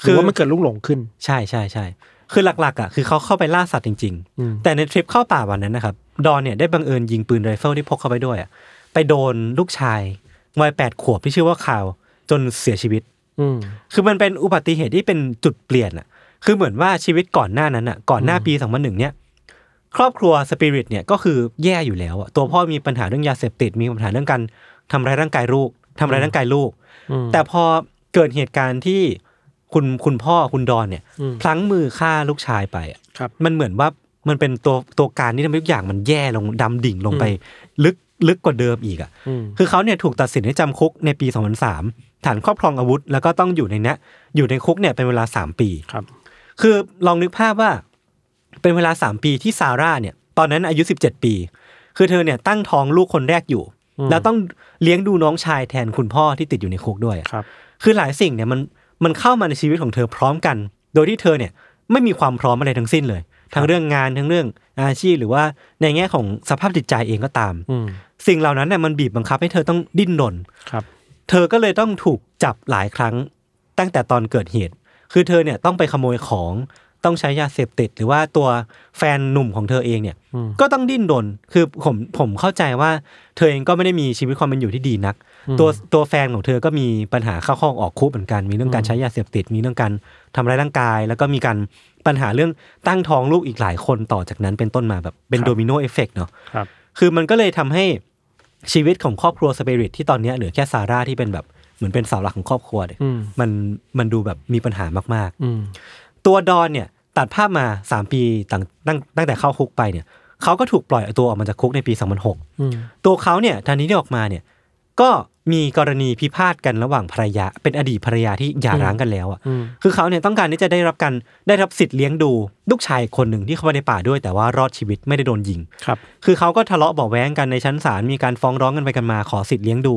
Speaker 2: คื
Speaker 3: คือ
Speaker 2: อ
Speaker 3: ว่ามันเกิดลุกหลงขึ้น
Speaker 2: ใช่ใช่ใช่คือหลักๆอ่ะคือเขาเข้าไปล่าสัตว์จริง
Speaker 3: อืม
Speaker 2: ๆ แต่ในทริปเข้าป่าวันนั้นนะครับดอนเนี่ยได้บังเอิญยิงปืนไรเฟิลที่พกเข้าไปด้วยอ่ะไปโดนลูกชายวัยแปดขวบที่ชื่อว่าคาวจนเสียชีวิต
Speaker 3: อืม
Speaker 2: คือมันเป็นอุบัติเหตุที่เป็นจุดเปลี่ยนอะคือเหมือนว่าชีวิตก่อนหน้านั้นอะก่อนหน้าปีสองพันหนึ่งเนี่ย ครอบครัวสปิริตเนี่ยก็คือแย่อยู่แล้วอะตัวพ่อมีปัญหาเรื่องยาเสพติด มีปัญหาเรื่องการทำร้ายร่างกายลูกทำร้ายร่างกายลูก แต่พอเกิดเหตุการณ์ที่คุณคุณพ่อคุณดอนเนี่ย พลั้งมือฆ่าลูกชายไปอะ
Speaker 3: ครับ
Speaker 2: มันเหมือนว่ามันเป็นตัวตัวการที่ทำให้ทุกอย่างมันแย่ลงดำดิ่งลงไป ลึกลึกกว่าเดิมอีกอะ
Speaker 3: อืม
Speaker 2: คือเขาเนี่ยถูกตัดสินให้จำคุกในปี 2003 ฐานครอบครองอาวุธ แล้วก็ต้องอยู่ในเนี้ยอยู่ในคุกเนี่ยเป็นเวลา 3 ปี
Speaker 3: ครับ
Speaker 2: คือลองนึกภาพว่าเป็นเวลา 3 ปีที่ซาร่าเนี่ยตอนนั้นอายุ 17 ปี คือเธอเนี่ยตั้งท้องลูกคนแรกอยู่ แล้วต้องเลี้ยงดูน้องชายแทนคุณพ่อที่ติดอยู่ในคุกด้วยอะ
Speaker 3: ครับ
Speaker 2: คือหลายสิ่งเนี่ยมันมันเข้ามาในชีวิตของเธอพร้อมกัน โดยที่เธอเนี่ยไม่มีความพร้อมอะไรทั้งสิ้นเลย ทั้งเรื่องงานทั้งเรื่องอาชีพหรือว่าในแง่ของสภาพจิตใจเองก็ตาม
Speaker 3: อืม
Speaker 2: สิ่งเหล่านั้นเนี่ยมันบีบบังคับให้เธอต้องดิ้นรน
Speaker 3: ครับ
Speaker 2: เธอก็เลยต้องถูกจับหลายครั้งตั้งแต่ตอนเกิดเหตุ คือเธอเนี่ยต้องไปขโมยของ ต้องใช้ยาเสพติด หรือว่าตัวแฟนหนุ่มของเธอเองเนี่ย ก็ต้องดิ้นรน คือผมผมเข้าใจว่า เธอเองก็ไม่ได้มีชีวิตความเป็นอยู่ที่ดีนัก ตัวตัวแฟนของเธอก็มีปัญหาเข้าห้องออกคุกเหมือนกัน มีเรื่องการใช้ยาเสพติด มีเรื่องการทำร้ายร่างกาย แล้วก็มีการปัญหาเรื่องตั้งท้องลูกอีกหลายคนต่อจากนั้นเป็นต้นมาแบบเป็น
Speaker 3: ครับ
Speaker 2: โดมิโนเอฟเฟกเนาะ
Speaker 3: ครับ
Speaker 2: คือมันก็เลยทำให้ชีวิตของครอบครัวสเปริตที่ตอนเนี้ยเหลือแค่ซาร่าที่เป็นแบบเหมือนเป็นเสาหลักของครอบครัวเนี่ย
Speaker 3: อืม
Speaker 2: มันมันดูแบบมีปัญหามาก
Speaker 3: อืม
Speaker 2: ๆ ตัวดอนเนี่ยตัดภาพมา 3 ปีตั้งตั้งตั้งแต่เข้าคุกไปเนี่ยเขาก็ถูกปล่อยตัวออกมาจากคุกในปี
Speaker 3: อืม
Speaker 2: 2006 ตัวเขาเนี่ยทันทีที่ออกมาเนี่ยก็มีกรณีพิพาทกันระหว่างภรรยา เป็นอดีตภรรยาที่หย่าร้างกันแล้วอ่ะ
Speaker 3: อืม
Speaker 2: คือเขาเนี่ยต้องการที่จะได้รับการได้รับสิทธิ์เลี้ยงดูลูกชายคนหนึ่งที่เข้าไปในป่าด้วย แต่ว่ารอดชีวิตไม่ได้โดนยิง
Speaker 3: ครับ
Speaker 2: คือเขาก็ทะเลาะเบาะแว้งกันในชั้นศาลมีการฟ้องร้องกันไปกันมาขอสิทธิ์เลี้ยงดู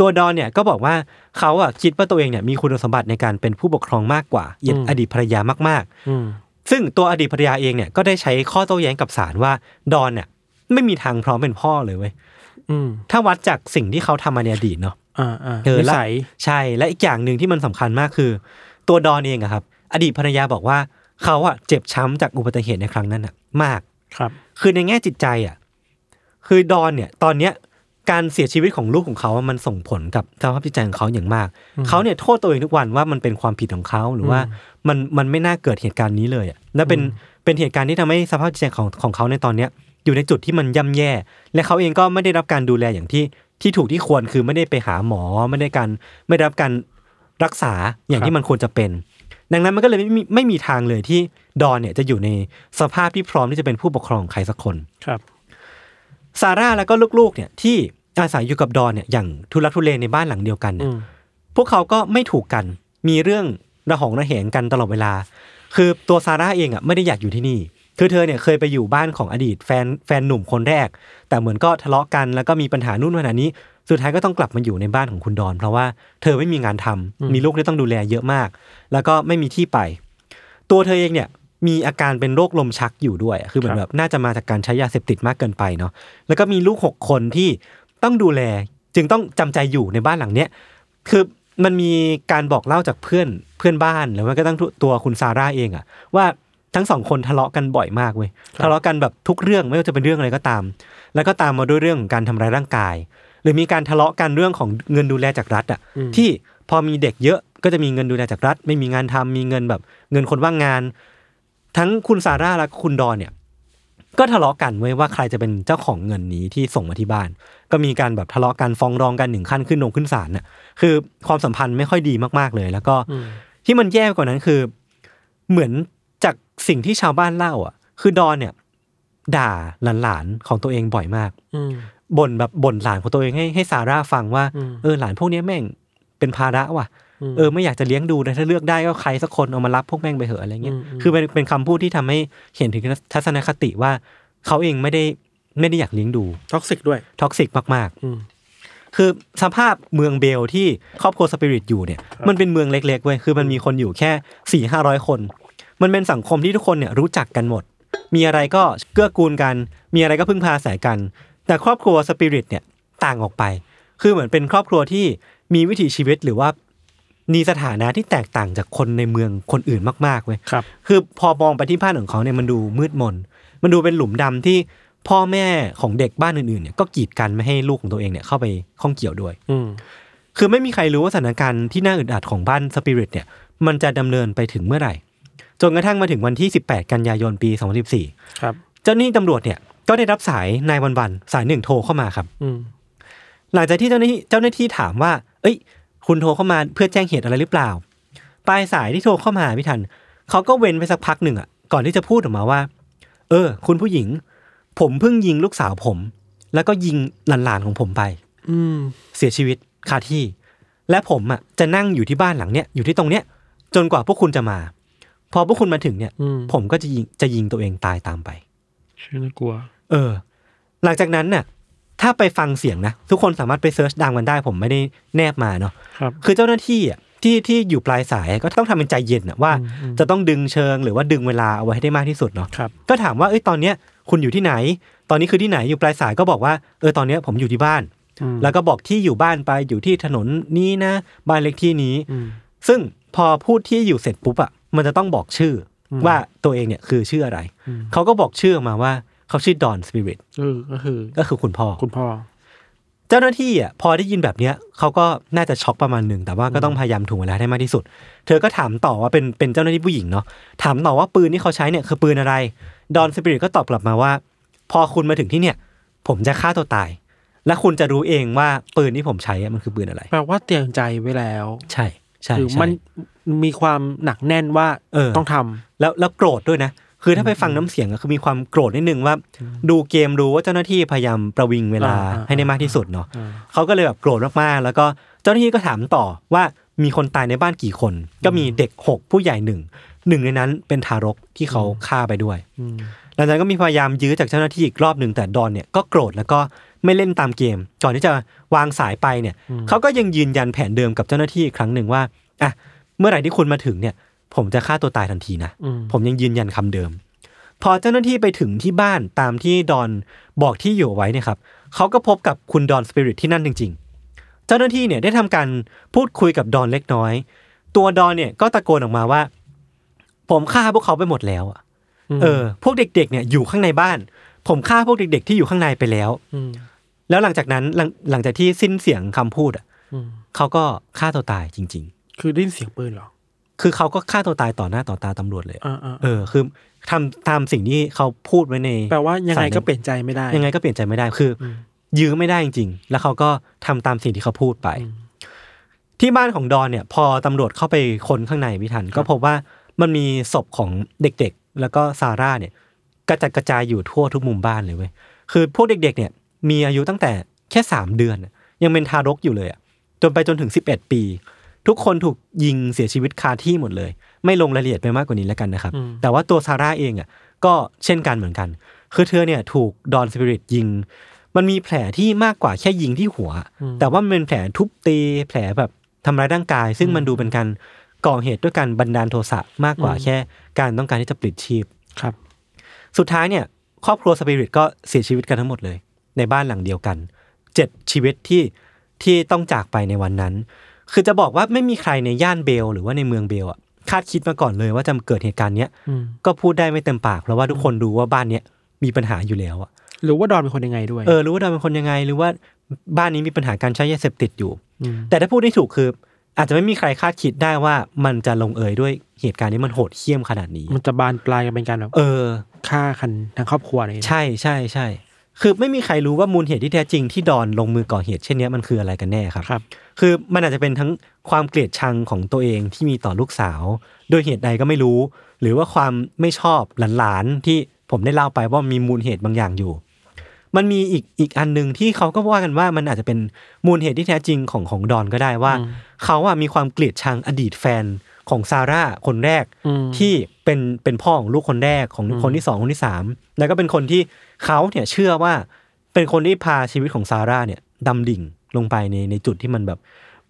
Speaker 2: ตัวดอนเนี่ยก็บอกว่าเขาอ่ะคิดว่าตัวเองเนี่ยมีคุณสมบัติในการเป็นผู้ปกครองมากกว่า
Speaker 3: อืม
Speaker 2: อดีตภรรยามาก
Speaker 3: อืม
Speaker 2: ๆ ซึ่งตัวอดีตภรรยาเองเนี่ยก็ได้ใช้ข้อโต้แย้งกับศาลว่าดอนเนี่ยไม่มีทางพร้อมเป็นพ่อเลยเว้ย
Speaker 3: อืม
Speaker 2: ถ้าวัดจากสิ่งที่เขาทำมาในอดีตเนาะ
Speaker 3: อ่าอ่า
Speaker 2: เออ
Speaker 3: นิ
Speaker 2: ละ
Speaker 3: สัย
Speaker 2: ใช่และอีกอย่างหนึ่งที่มันสำคัญมากคือ ตัวดอนเองอะครับ อดีตภรรยาบอกว่าเขาอะเจ็บช้ำจากอุบัติเหตุในครั้งนั้นอะมาก
Speaker 3: ครับ
Speaker 2: คือในแง่จิตใจอ่ะ คือดอนเนี่ย ตอนเนี้ยการเสียชีวิตของลูกของเขาอะมันส่งผลกับสภาพจิตใจของเขาอย่างมาก เขาเนี่ยโทษตัวเองทุกวันว่ามันเป็นความผิดของเขาหรือว่ามันมันไม่น่าเกิดเหตุการณ์นี้เลยอ่ะและเป็นเป็นเหตุการณ์ที่ทำให้สภาพจิตใจของของเขาในตอนเนี้ย อยู่ในจุดที่มันย่ำแย่ และเขาเองก็ไม่ได้รับการดูแลอย่างที่ที่ถูกที่ควรคือไม่ได้ไปหาหมอไม่ได้การไม่ได้รับการรักษาอย่างที่มันควรจะเป็น ดังนั้นมันก็เลยไม่มีไม่มีทางเลยที่ดอนเนี่ยจะอยู่ในสภาพที่พร้อมที่จะเป็นผู้ปกครองใครสักคน
Speaker 3: ครับ
Speaker 2: ซาร่าแล้วก็ลูกๆเนี่ยที่อาศัยอยู่กับดอนเนี่ยอย่างทุรักทุเลในบ้านหลังเดียวกันเนี่ย
Speaker 3: อืม
Speaker 2: พวกเขาก็ไม่ถูกกัน มีเรื่องระหองระแหงกันตลอดเวลา คือตัวซาร่าเองอ่ะไม่ได้อยากอยู่ที่นี่ คือเธอเนี่ยเคยไปอยู่บ้านของอดีตแฟนแฟนหนุ่มคนแรก แต่เหมือนก็ทะเลาะกันแล้วก็มีปัญหานู่นปัญหานี้ สุดท้ายก็ต้องกลับมาอยู่ในบ้านของคุณดอน เพราะว่าเธอไม่มีงานทำมีลูกที่ต้องดูแลเยอะมาก แล้วก็ไม่มีที่ไป ตัวเธอเองเนี่ยมีอาการเป็นโรคลมชักอยู่ด้วย คือเหมือนแบบน่าจะมาจากการใช้ยาเสพติดมากเกินไปเนาะ แล้วก็มีลูกหกคนที่ต้องดูแล จึงต้องจำใจอยู่ในบ้านหลังเนี้ย คือมันมีการบอกเล่าจากเพื่อนเพื่อนบ้านแล้วมันก็ตั้งตัวคุณซาร่าเองอะว่าทั้งสองคนทะเลาะกันบ่อยมากเว้ยทะเลาะกันแบบทุกเรื่องไม่ว่าจะเป็นเรื่องอะไรก็ตาม แล้วก็ตามมาด้วยเรื่องของการทำร้ายร่างกาย หรือมีการทะเลาะกันเรื่องของเงินดูแลจากรัฐอะที่พอมีเด็กเยอะก็จะมีเงินดูแลจากรัฐ ไม่มีงานทำมีเงินแบบ เงินคนว่างงาน ทั้งคุณซาร่าและคุณดอนเนี่ย ก็ทะเลาะกันเว้ยว่าใครจะเป็นเจ้าของเงินนี้ที่ส่งมาที่บ้าน ก็มีการแบบทะเลาะกันฟ้องร้องกันถึงขั้นขึ้นโรงขึ้นศาลน่ะ คือความสัมพันธ์ไม่ค่อยดีมากๆเลย แล้วก็ที่มันแย่กว่านั้นคือ เหมือนจากสิ่งที่ชาวบ้านเล่าอ่ะ คือดอนเนี่ย ด่าหลานๆของตัวเองบ่อยมาก
Speaker 3: อืม
Speaker 2: บ่นแบบบ่นหลานของตัวเองให้ให้ซาร่าฟังว่าเออหลานพวกเนี้ยแม่งเป็นภาระว่ะเออไม่อยากจะเลี้ยงดูนะถ้าเลือกได้ก็ใครสักคนเอามารับพวกแม่งไปเถอะอะไรเงี้ยคือเป็นเป็นคำพูดที่ทำให้เห็นถึงทัศนคติว่าเขาเองไม่ได้ไม่ได้อยากเลี้ยงดู
Speaker 3: ท็อกซิกด้วย
Speaker 2: ท็อกซิกมาก
Speaker 3: อืม
Speaker 2: ๆ คือสภาพเมืองเบลที่ครอบครัวสปิริตอยู่เนี่ย มันเป็นเมืองเล็กๆเว้ย คือมันมีคนอยู่แค่สี่ห้าร้อยคน มันเป็นสังคมที่ทุกคนเนี่ยรู้จักกันหมด มีอะไรก็เกื้อกูลกัน มีอะไรก็พึ่งพาอาศัยกัน แต่ครอบครัวสปิริตเนี่ยต่างออกไป คือเหมือนเป็นครอบครัวที่มีวิถีชีวิตหรือว่ามีสถานะที่แตกต่างจากคนในเมืองคนอื่นมากๆเว้ย
Speaker 3: ครับ
Speaker 2: คือพอมองไปที่บ้านของเขาเนี่ยมันดูมืดมน มันดูเป็นหลุมดำที่พ่อแม่ของเด็กบ้านอื่นๆเนี่ยก็กีดกันไม่ให้ลูกของตัวเองเนี่ยเข้าไปข้องเกี่ยวด้วย
Speaker 3: อืม
Speaker 2: คือไม่มีใครรู้ว่าสถานการณ์ที่น่าอึดอัดของบ้านสปิริตเนี่ยมันจะดำเนินไปถึงเมื่อไหร่ จนกระทั่งมาถึงวันที่ 18 กันยายนปี 2014
Speaker 3: ครับ
Speaker 2: เจ้าหน้าที่ตำรวจเนี่ยก็ได้รับสายนายวันวันๆสายหนึ่งโทรเข้ามาครับ
Speaker 3: อืม
Speaker 2: หลังจากที่เจ้าหน้าที่เจ้าหน้าที่ถามว่า เอ้ย คุณโทรเข้ามาเพื่อแจ้งเหตุอะไรหรือเปล่า ปลายสายที่โทรเข้ามาพี่ทัน เขาก็เว้นไปสักพักหนึ่งอ่ะ ก่อนที่จะพูดออกมาว่า เออ คุณผู้หญิง ผมเพิ่งยิงลูกสาวผม แล้วก็ยิงหลานๆของผมไป
Speaker 3: อืม
Speaker 2: เสียชีวิตคาที่ และผมอ่ะจะนั่งอยู่ที่บ้านหลังเนี้ยอยู่ที่ตรงเนี้ย จนกว่าพวกคุณจะมา พอพวกคุณมาถึงเนี่ย
Speaker 3: อืม
Speaker 2: ผมก็จะยิงจะยิงตัวเองตายตามไป
Speaker 3: ชื่อน่ากลัว
Speaker 2: เออ หลังจากนั้นน่ะ ถ้าไปฟังเสียงนะ ทุกคนสามารถไปเซิร์ชดังกันได้ ผมไม่ได้แนบมาเนาะ
Speaker 3: ครับ
Speaker 2: คือเจ้าหน้าที่อ่ะที่ที่อยู่ปลายสายก็ต้องทำเป็นใจเย็นอ่ะว่าจะต้องดึงเชิงหรือว่าดึงเวลาเอาไว้ให้ได้มากที่สุดเนาะ
Speaker 3: ครับ
Speaker 2: ก็ถามว่าเอ้ยตอนเนี้ยคุณอยู่ที่ไหน ตอนนี้คือที่ไหนอยู่ปลายสายก็บอกว่าเออตอนเนี้ยผมอยู่ที่บ้าน
Speaker 3: อืม
Speaker 2: แล้วก็บอกที่อยู่บ้านไปอยู่ที่ถนนนี้นะ บ้านเล็กที่นี้
Speaker 3: อืม
Speaker 2: ซึ่งพอพูดที่อยู่เสร็จปุ๊บอ่ะมันจะต้องบอกชื่ออว่าตัวเองเนี่ยคือชื่ออะไร เขาก็บอกชื่อออกมาว่าเขาชื่อดอนสปิริต
Speaker 3: เออก็คือ
Speaker 2: ก็คือคุณพ่อ
Speaker 3: คุณพ่อ
Speaker 2: เจ้าหน้าที่อ่ะพอได้ยินแบบเนี้ยเขาก็น่าจะช็อกประมาณหนึ่งแต่ว่าก็ต้องพยายามถ่วงเวลาให้มากที่สุด เธอก็ถามต่อว่าเป็นเป็นเจ้าหน้าที่ผู้หญิงเนาะถามต่อว่าปืนที่เขาใช้เนี่ยคือปืนอะไร ดอนสปิริตก็ตอบกลับมาว่า พอคุณมาถึงที่เนี่ย ผมจะฆ่าตัวตาย และคุณจะรู้เองว่าปืนที่ผมใช้อะมันคือปืนอะไร
Speaker 3: แปลว่าเตรียมใจไว้แล้ว
Speaker 2: ใช่ใช่
Speaker 3: คือ
Speaker 2: ใช่
Speaker 3: มันมีความหนักแน่นว่า
Speaker 2: เออ
Speaker 3: ต้องทำ
Speaker 2: แล้วแล้วโกรธด้วยนะ คือถ้าไปฟังน้ำเสียงอะคือมีความโกรธนิดนึงว่า ดูเกมรู้ว่าเจ้าหน้าที่พยายามประวิงเวลาให้ได้มากที่สุดเนาะเขาก็เลยแบบโกรธมากๆ แล้วก็เจ้าหน้าที่ก็ถามต่อว่ามีคนตายในบ้านกี่คน ก็มีเด็กหกผู้ใหญ่หนึ่งหนึ่งในนั้นเป็นทารกที่เขาฆ่าไปด้วยหลังจากนั้นก็มีพยายามยื้อจากเจ้าหน้าที่อีกรอบหนึ่งแต่ดอนเนี่ยก็โกรธแล้วก็ไม่เล่นตามเกมก่อนที่จะวางสายไปเนี่ยเขาก็ยังยืนยันแผนเดิมกับเจ้าหน้าที่อีกครั้งหนึ่งว่าอ่ะเมื่อไหร่ที่คุณมาถึงเนี่ย ผมจะฆ่าตัวตายทันทีนะ ผมยังยืนยันคำเดิม พอเจ้าหน้าที่ไปถึงที่บ้านตามที่ดอนบอกที่อยู่ไว้เนี่ยครับเขาก็พบกับคุณดอนสปิริตที่นั่นจริง ๆ เจ้าหน้าที่เนี่ยได้ทำการพูดคุยกับดอนเล็กน้อย ตัวดอนเนี่ยก็ตะโกนออกมาว่า ผมฆ่าพวกเขาไปหมดแล้วอะเออ พวกเด็กๆเนี่ยอยู่ข้างในบ้าน ผมฆ่าพวกเด็ก ๆ ที่อยู่ข้างในไปแล้ว
Speaker 3: ม
Speaker 2: แล้วหลังจากนั้นหลังหลังจากที่สิ้นเสียงคำพูดอ่ะ
Speaker 3: อืม
Speaker 2: เขาก็ฆ่าตัวตายจริง
Speaker 3: คือได้ยินเสียงปืนเหรอ
Speaker 2: ๆ คือเขาก็ฆ่าตัวตายต่อหน้าต่อตาตำรวจเลยอะ
Speaker 3: อ่าอ่า
Speaker 2: เออคือทำตามสิ่งที่เขาพูดไว้ใน
Speaker 3: แปลว่ายังไง
Speaker 2: ส
Speaker 3: ก็เปลี่ยนใจไม่ได้
Speaker 2: ยังไงก็เปลี่ยนใจไม่ได้คืออยื้อไม่ได้จริงๆ แล้วเขาก็ทำตามสิ่งที่เขาพูดไป ที่บ้านของดอนเนี่ย พอตำรวจเข้าไปคนข้างในพิทันก็พบว่ามันมีศพของเด็กๆ แล้วก็ซาร่าเนี่ยกระจัดกระจายอยู่ทั่วทุกมุมบ้านเลยเว้ยคือพวกเด็กๆ เนี่ย มีอายุตั้งแต่แค่สามเดือนน่ะยังเป็นทารกอยู่เลยอะจนไปจนถึงสิบเอ็ดปี ทุกคนถูกยิงเสียชีวิตคาที่หมดเลย ไม่ลงรายละเอียดไปมากกว่านี้แล้วกันนะครับ แต่ว่าตัวซาร่าเองอ่ะก็เช่นกันเหมือนกัน คือเธอเนี่ยถูกดอนสปิริตยิง มันมีแผลที่มากกว่าแค่ยิงที่หัว แต่ว่ามันเป็นแผลทุบตีแผลแบบทำร้ายร่างกาย ซึ่งมันดูเป็นการก่อเหตุด้วยการบันดาลโทสะมากกว่าแค่การต้องการที่จะปลิดชีพ
Speaker 3: ครับ
Speaker 2: สุดท้ายเนี่ยครอบครัวสปิริตก็เสียชีวิตกันทั้งหมดเลย ในบ้านหลังเดียวกันเจ็ดชีวิตที่ที่ต้องจากไปในวันนั้น คือจะบอกว่าไม่มีใครในย่านเบล หรือว่าในเมืองเบลอะคาดคิดมาก่อนเลยว่าจะเกิดเหตุการณ์เนี้ย
Speaker 3: อืม
Speaker 2: ก็พูดได้ไม่เต็มปาก เพราะว่าทุกคนรู้ว่าบ้านเนี้ยมีปัญหาอยู่แล้วอะ
Speaker 3: หรือว่าดอนเป็นคนยังไงด้วย
Speaker 2: เออรู้ว่าดอนเป็นคนยังไงหรือว่าบ้านนี้มีปัญหาการใช้ยาเสพติดอยู่ แต่ถ้าพูดได้ถูกคือ อาจจะไม่มีใครคาดคิดได้ว่ามันจะลงเอยด้วยเหตุการณ์นี้มันโหดเหี้ยมขนาดนี้
Speaker 3: มันจะบานปลายกันเป็นการแบบ
Speaker 2: เออ
Speaker 3: ฆ่าคันทางครอบครัวอะไรอย่างเงี้ย
Speaker 2: ใช่ใช่ใช่คือไม่มีใครรู้ว่ามูลเหตุที่แท้จริงที่ดอนลงมือก่อเหตุเช่นเนี้ยมันคืออะไรกันแน่ครับ
Speaker 3: ครับ
Speaker 2: คือมันอาจจะเป็นทั้งความเกลียดชังของตัวเองที่มีต่อลูกสาว โดยเหตุใดก็ไม่รู้ หรือว่าความไม่ชอบหลานๆที่ผมได้เล่าไปว่ามีมูลเหตุบางอย่างอยู่ มันมีอีกอีกอันหนึ่งที่เขาก็ว่ากันว่ามันอาจจะเป็นมูลเหตุที่แท้จริงของของดอนก็ได้ว่า เขาอะมีความเกลียดชังอดีตแฟนของซาร่าคนแรก
Speaker 3: อืม
Speaker 2: ที่เป็นเป็นพ่อของลูกคนแรกของคนที่สองคนที่สามแล้วก็เป็นคนที่เขาเนี่ยเชื่อว่าเป็นคนที่พาชีวิตของซาร่าเนี่ยดำดิ่งลงไปในในจุดที่มันแบบ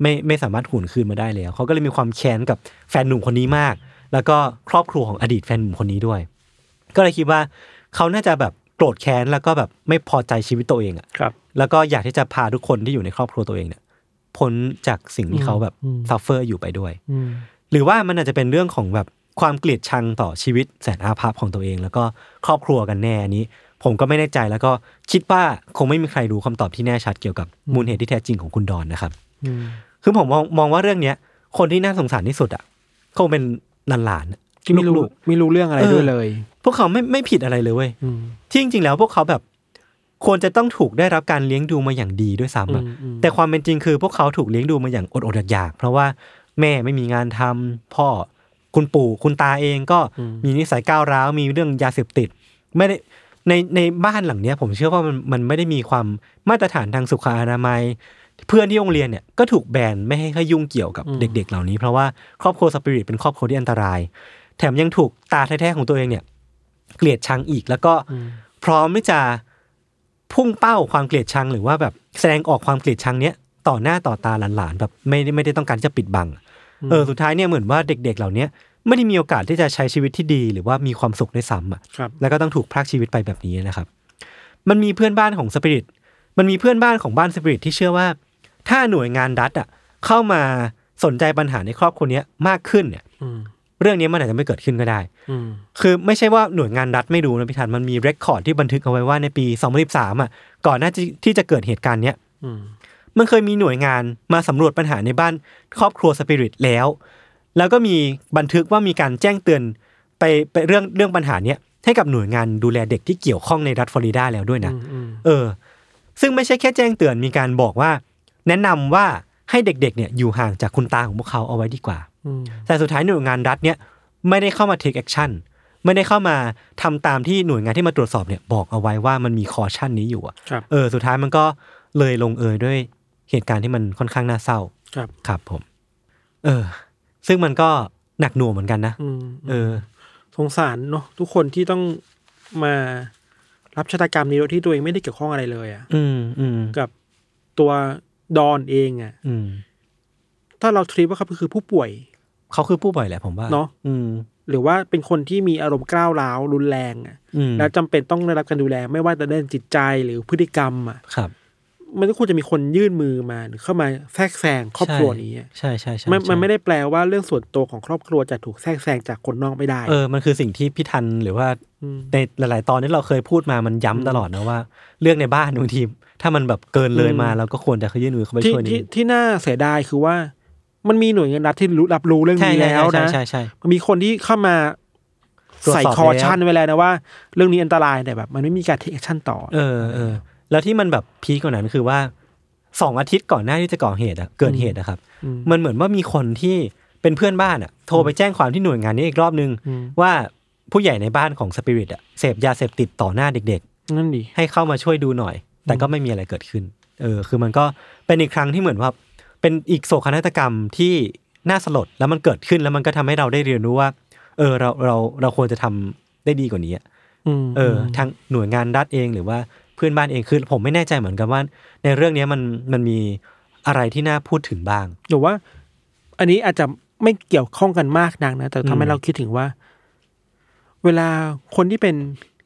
Speaker 2: ไม่ไม่สามารถหวนคืนมาได้แล้ว เขาก็เลยมีความแค้นกับแฟนหนุ่มคนนี้มาก แล้วก็ครอบครัวของอดีตแฟนหนุ่มคนนี้ด้วย ก็เลยคิดว่าเขาน่าจะแบบโกรธแค้นแล้วก็แบบไม่พอใจชีวิตตัวเองอะ
Speaker 3: ครับ
Speaker 2: แล้วก็อยากที่จะพาทุกคนที่อยู่ในครอบครัวตัวเองเนี่ยพ้นจากสิ่งที่เขาแบบซัฟเฟอร์อยู่ไปด้วย
Speaker 3: อืม
Speaker 2: หรือว่ามันอาจจะเป็นเรื่องของแบบความเกลียดชังต่อชีวิตแสนอาภัพของตัวเอง แล้วก็ครอบครัวกันแน่อันนี้ ผมก็ไม่แน่ใจแล้วก็คิดว่าคงไม่มีใครรู้คำตอบที่แน่ชัดเกี่ยวกับมูลเหตุที่แท้จริงของคุณดอนนะครับ
Speaker 3: อืม
Speaker 2: คือผมมองมองว่าเรื่องเนี้ย คนที่น่าสงสารที่สุดอ่ะคงเป็นหลานๆอะ
Speaker 3: ที่ไม่รู้
Speaker 2: ลูก
Speaker 3: ไม่รู้เรื่องอะไร
Speaker 2: เออ
Speaker 3: ด้วยเลย
Speaker 2: ๆพวกเขาไม่ไม่ผิดอะไรเลยเว้ย
Speaker 3: อืม
Speaker 2: ที่จริงๆแล้วพวกเขาแบบ ควรจะต้องถูกได้รับการเลี้ยงดูมาอย่างดีด้วยซ้ำอะ
Speaker 3: อืมอืม
Speaker 2: แต่ความเป็นจริงคือพวกเขาถูกเลี้ยงดูมาอย่างอดอดๆอยากๆเพราะว่าแม่ไม่มีงานทำพ่อคุณปู่คุณตาเองก็มีนิสัยก้าวร้าวมีเรื่องยาเสพติด ไม่ได้ในในบ้านหลังเนี้ย ผมเชื่อว่ามันมันไม่ได้มีความมาตรฐานทางสุขอนามัย เพื่อนที่โรงเรียนเนี่ยก็ถูกแบนไม่ให้ให้ยุ่งเกี่ยวกับเด็ก ๆ เหล่านี้ เพราะว่าครอบครัวสปิริตเป็นครอบครัวที่อันตราย แถมยังถูกตาแท้ๆของตัวเองเนี่ย เกลียดชังอีกแล้วก็พร้อมที่จะพุ่งเป้าความเกลียดชัง หรือว่าแบบแสดงออกความเกลียดชังเนี้ยต่อหน้าต่อตาหลานๆแบบไม่ได้ไม่ได้ต้องการที่จะปิดบัง เออสุดท้ายเนี่ยเหมือนว่าเด็ก ๆ เหล่าเนี้ยไม่ได้มีโอกาสที่จะใช้ชีวิตที่ดี หรือว่ามีความสุขด้วยซ้ำอ่ะ
Speaker 3: ครับ
Speaker 2: แล้วก็ต้องถูกพรากชีวิตไปแบบนี้นะครับ มันมีเพื่อนบ้านของสปิริต มันมีเพื่อนบ้านของบ้านสปิริตที่เชื่อว่า ถ้าหน่วยงานรัฐอ่ะเข้ามาสนใจปัญหาในครอบครัวเนี้ยมากขึ้นเนี่ย
Speaker 3: อืม
Speaker 2: เรื่องนี้มันอาจจะไม่เกิดขึ้นก็ได้
Speaker 3: อืม
Speaker 2: คือไม่ใช่ว่าหน่วยงานรัฐไม่รู้นะพี่ธันมันมีเรคคอร์ดที่บันทึกเอาไว้ว่าในปี 2013อ่ะก่อนหน้าที่ที่จะเกิดเหตุการณ์เนี้ย
Speaker 3: อืม
Speaker 2: มันเคยมีหน่วยงานมาสำรวจปัญหาในบ้านครอบครัวสปิริตแล้ว แล้วก็มีบันทึกว่ามีการแจ้งเตือนไปไปเรื่องเรื่องปัญหาเนี้ยให้กับหน่วยงานดูแลเด็กที่เกี่ยวข้องในรัฐฟลอริดาแล้วด้วยนะ เออ ซึ่งไม่ใช่แค่แจ้งเตือนมีการบอกว่า แนะนำว่าให้เด็กๆเนี่ยอยู่ห่างจากคุณตาของพวกเขาเอาไว้ดีกว่า
Speaker 3: อืม
Speaker 2: แต่สุดท้ายหน่วยงานรัฐเนี่ยไม่ได้เข้ามา take action ไม่ได้เข้ามาทำตามที่หน่วยงานที่มาตรวจสอบเนี่ยบอกเอาไว้ว่ามันมีคอชั่นนี้อยู่อะ
Speaker 3: ครับ
Speaker 2: เออสุดท้ายมันก็เลยลงเอยด้วยเหตุการณ์ที่มันค่อนข้างน่าเศร้า
Speaker 3: ครับ
Speaker 2: ครับผม เออ ซึ่งมันก็หนักหน่วงเหมือนกันนะ
Speaker 3: อืม
Speaker 2: เออ
Speaker 3: สงสารเนาะทุกคนที่ต้องมารับชะตากรรมนี้โดยที่ตัวเองไม่ได้เกี่ยวข้องอะไรเลยอะ
Speaker 2: อืมอืม
Speaker 3: กับตัวดอนเองอะ
Speaker 2: อืม
Speaker 3: ถ้าเราทรีว่าเขาคือผู้ป่วย
Speaker 2: เขาคือผู้บ่อยแหละผมว่า
Speaker 3: เนอะ
Speaker 2: อืม
Speaker 3: หรือว่าเป็นคนที่มีอารมณ์กล้าวร้าวรุนแรงอะ
Speaker 2: อืม
Speaker 3: แล้วจำเป็นต้องได้รับการดูแล ไม่ว่าจะเรื่องจิตใจหรือพฤติกรรมอะ
Speaker 2: ครับ
Speaker 3: มันก็ควรจะมีคนยื่นมือมาหรือเข้ามาแทรกแซงครอบครัวนี้อะ
Speaker 2: ใช่ใช่ใช่
Speaker 3: มันมันไม่
Speaker 2: ใช่
Speaker 3: ได้แปลว่าเรื่องส่วนตัวของครอบครัวจะถูกแทรกแซงจากคนนอกไม่ได้
Speaker 2: เออมันคือสิ่งที่พี่ทันหรือว่า
Speaker 3: ม
Speaker 2: ในหลาย ๆ ตอนที่เราเคยพูดมามันย้ำตลอดนะว่า เรื่องในบ้านบางทีถ้ามันแบบเกินเลยมาเราก็ควรจะขยื่นมือเข้าไป
Speaker 3: ที่
Speaker 2: ช่วยนิด
Speaker 3: ที่
Speaker 2: นึง
Speaker 3: ที่น่าเสียดายคือว่า มันมีหน่วยงานรัฐที่รู้รับรู้เรื่อง
Speaker 2: ใช่
Speaker 3: นี้
Speaker 2: ใช่
Speaker 3: แล้ว
Speaker 2: ใช่
Speaker 3: นะ
Speaker 2: ใช่ใช่
Speaker 3: มันมีคนที่เข้ามา
Speaker 2: ตรวจสอบ
Speaker 3: ใส่คอชั่น
Speaker 2: แล้ว
Speaker 3: ไว้แล้วนะว่า เรื่องนี้อันตรายแต่แบบ มันไม่มีการเทคชั่นต่อ
Speaker 2: เออเออแล้วที่มันแบบพีคกว่านั้นคือว่าสองอาทิตย์ก่อนหน้าที่จะก่อเหตุอะเกิดเหตุนะครับ
Speaker 3: อืม
Speaker 2: มันเหมือนว่ามีคนที่เป็นเพื่อนบ้านอะโทรไปแจ้งความที่หน่วยงานนี้อีกรอบนึง ว่าผู้ใหญ่ในบ้านของสปิริตอะเสพยาเสพติดต่อหน้าเด็ก ๆ
Speaker 3: นั่นดิ
Speaker 2: ให้เข้ามาช่วยดูหน่อย แต่ก็ไม่มีอะไรเกิดขึ้น เออ คือมันก็เป็นอีกครั้งที่เหมือนว่า เป็นอีกโศกนาฏกรรมที่น่าสลด แล้วมันเกิดขึ้น แล้วมันก็ทำให้เราได้เรียนรู้ว่า เออ เรา เรา เราควรจะทำได้ดีกว่านี้อะ
Speaker 3: ม
Speaker 2: เอออทางหน่วยงานรัฐเองหรือว่าเพื่อนบ้านเอง คือผมไม่แน่ใจเหมือนกันว่า ในเรื่องเนี้ยมัน มันมีอะไรที่น่าพูดถึงบ้าง
Speaker 3: หรือว่า อันนี้อาจจะไม่เกี่ยวข้องกันมากนักนะแต่ทำให้เราคิดถึงว่า เวลาคนที่เป็น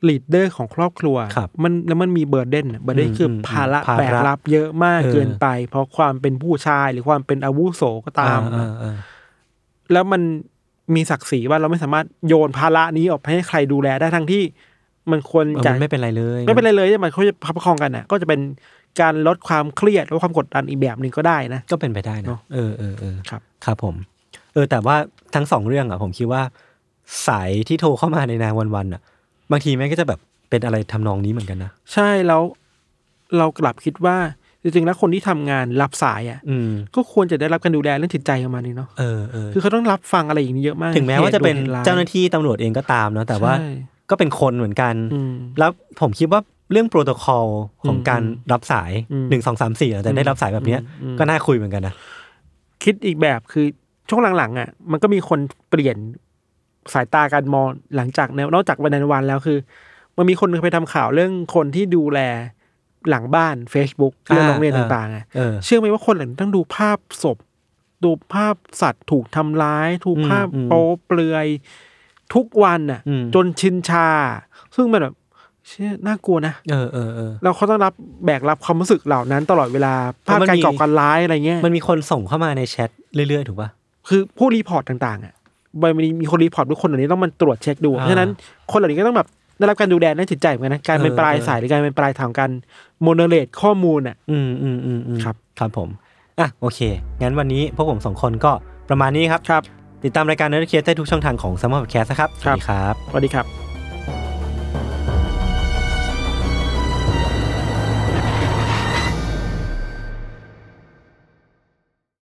Speaker 3: ลีดเดอร์ของครอบครัว
Speaker 2: ครับ
Speaker 3: มันแล้วมันมีเบอร์เดนเบอร์เดน
Speaker 2: อืม
Speaker 3: คืออ
Speaker 2: ม
Speaker 3: ภาระ
Speaker 2: ภาระ
Speaker 3: แบกรับเยอะมาก
Speaker 2: เออ
Speaker 3: เกินไป เพราะความเป็นผู้ชายหรือความเป็นอาวุโสก็ตาม
Speaker 2: เออเออ
Speaker 3: แล้วมันมีศักดิ์ศรีว่าเราไม่สามารถโยนภาระนี้ออกไปให้ใครดูแลได้ทั้งที่มันควร
Speaker 2: เออ
Speaker 3: จะ
Speaker 2: มันไม่เป็นไรเลย
Speaker 3: ไม่เป็นไรเลยที่มันเขาจะพับประคองกันนะก็จะเป็นการลดความเครียดลดความกดดันอีกแบบหนึ่งก็ได้นะ
Speaker 2: ก็เป็นไปได้นะ
Speaker 3: เนอะ
Speaker 2: เออเออเออ
Speaker 3: ครับ
Speaker 2: ครับผม เออ แต่ว่าทั้งสองเรื่องอ่ะ ผมคิดว่า สายที่โทรเข้ามาในนายวันๆอ่ะ บางทีแม่งก็จะแบบเป็นอะไรทำนองนี้เหมือนกันนะ
Speaker 3: ใช่แล้วเรากลับคิดว่าจริงๆแล้วคนที่ทำงานรับสายอ่ะ
Speaker 2: อืม
Speaker 3: ก็ควรจะได้รับการดูแลเรื่องจิตใจประมาณนี้เนาะ
Speaker 2: เออเออ
Speaker 3: คือเขาต้องรับฟังอะไรอย่างนี้เยอะมาก
Speaker 2: ถึงแม้ว่าจะเป็น
Speaker 3: หตุด่ร้ย
Speaker 2: เจ้าหน้าที่ตำรวจเองก็ตามเนอะแต่ว่า
Speaker 3: ใช่
Speaker 2: ก็เป็นคนเหมือนกัน
Speaker 3: อืม
Speaker 2: แล้วผมคิดว่า เรื่องโปรโตคอลของการรับสายหนึ่งสองสามสี่แต่ได้รับสายแบบเนี้ยก็น่าคุยเหมือนกันนะ
Speaker 3: คิดอีกแบบคือช่วงหลังๆอ่ะมันก็มีคนเปลี่ยนสายตาการมองหลังจากแนวนอกจากวันนั้นวันแล้วคือ มันมีคนเคยไปทำข่าวเรื่องคนที่ดูแลหลังบ้าน Facebook เรื่อง
Speaker 2: อ่า
Speaker 3: โรงเรียน
Speaker 2: อ่า
Speaker 3: ต่างๆอ่ะ
Speaker 2: เออ
Speaker 3: เชื่อไหมว่าคนเหล่านี้ต้องดูภาพศพ ดูภาพสัตว์ถูกทำร้าย ถูก
Speaker 2: อืม
Speaker 3: ภาพ
Speaker 2: อืม
Speaker 3: โป๊เปลือยทุกวันอ่ะ
Speaker 2: อืม
Speaker 3: จนชินชา ซึ่งมันแบบเชื่อน่ากลัวนะ
Speaker 2: เออเออเออ
Speaker 3: เราเขาต้องรับแบกรับความรู้สึกเหล่านั้นตลอดเวลาภาพ
Speaker 2: มันมี
Speaker 3: การก่อการร้ายอะไรเงี้ย
Speaker 2: มันมีคนส่งเข้ามาในแชทเรื่อยๆ ถูกป่ะ
Speaker 3: คือผู้รีพอร์ตต่างๆอ่ะมันมีมีคนรีพอร์ตทุกคนเหล่านี้ต้องมันตรวจเช็คดู
Speaker 2: อ่า
Speaker 3: เพราะฉะนั้นคนเหล่านี้ก็ต้องแบบได้รับการดูแลด้านจิตใจเหมือนกันนะการเป็น
Speaker 2: เออ
Speaker 3: ปลาย
Speaker 2: เออ
Speaker 3: สายหรือการเป็นปลายทางการโมเนเลตข้อมูลอ่ะ
Speaker 2: อืมอืมอืมอืม
Speaker 3: ครับ
Speaker 2: ครับผม อ่ะ โอเค งั้นวันนี้พวกผมสองคนก็ประมาณนี้ครับ
Speaker 3: ครับ
Speaker 2: ติดตามรายการเน r ร์ดเคสได้ทุกช่องทางของ s ัมมอร์แคสครับ สวัสดีครับ
Speaker 3: สวัสดีครับ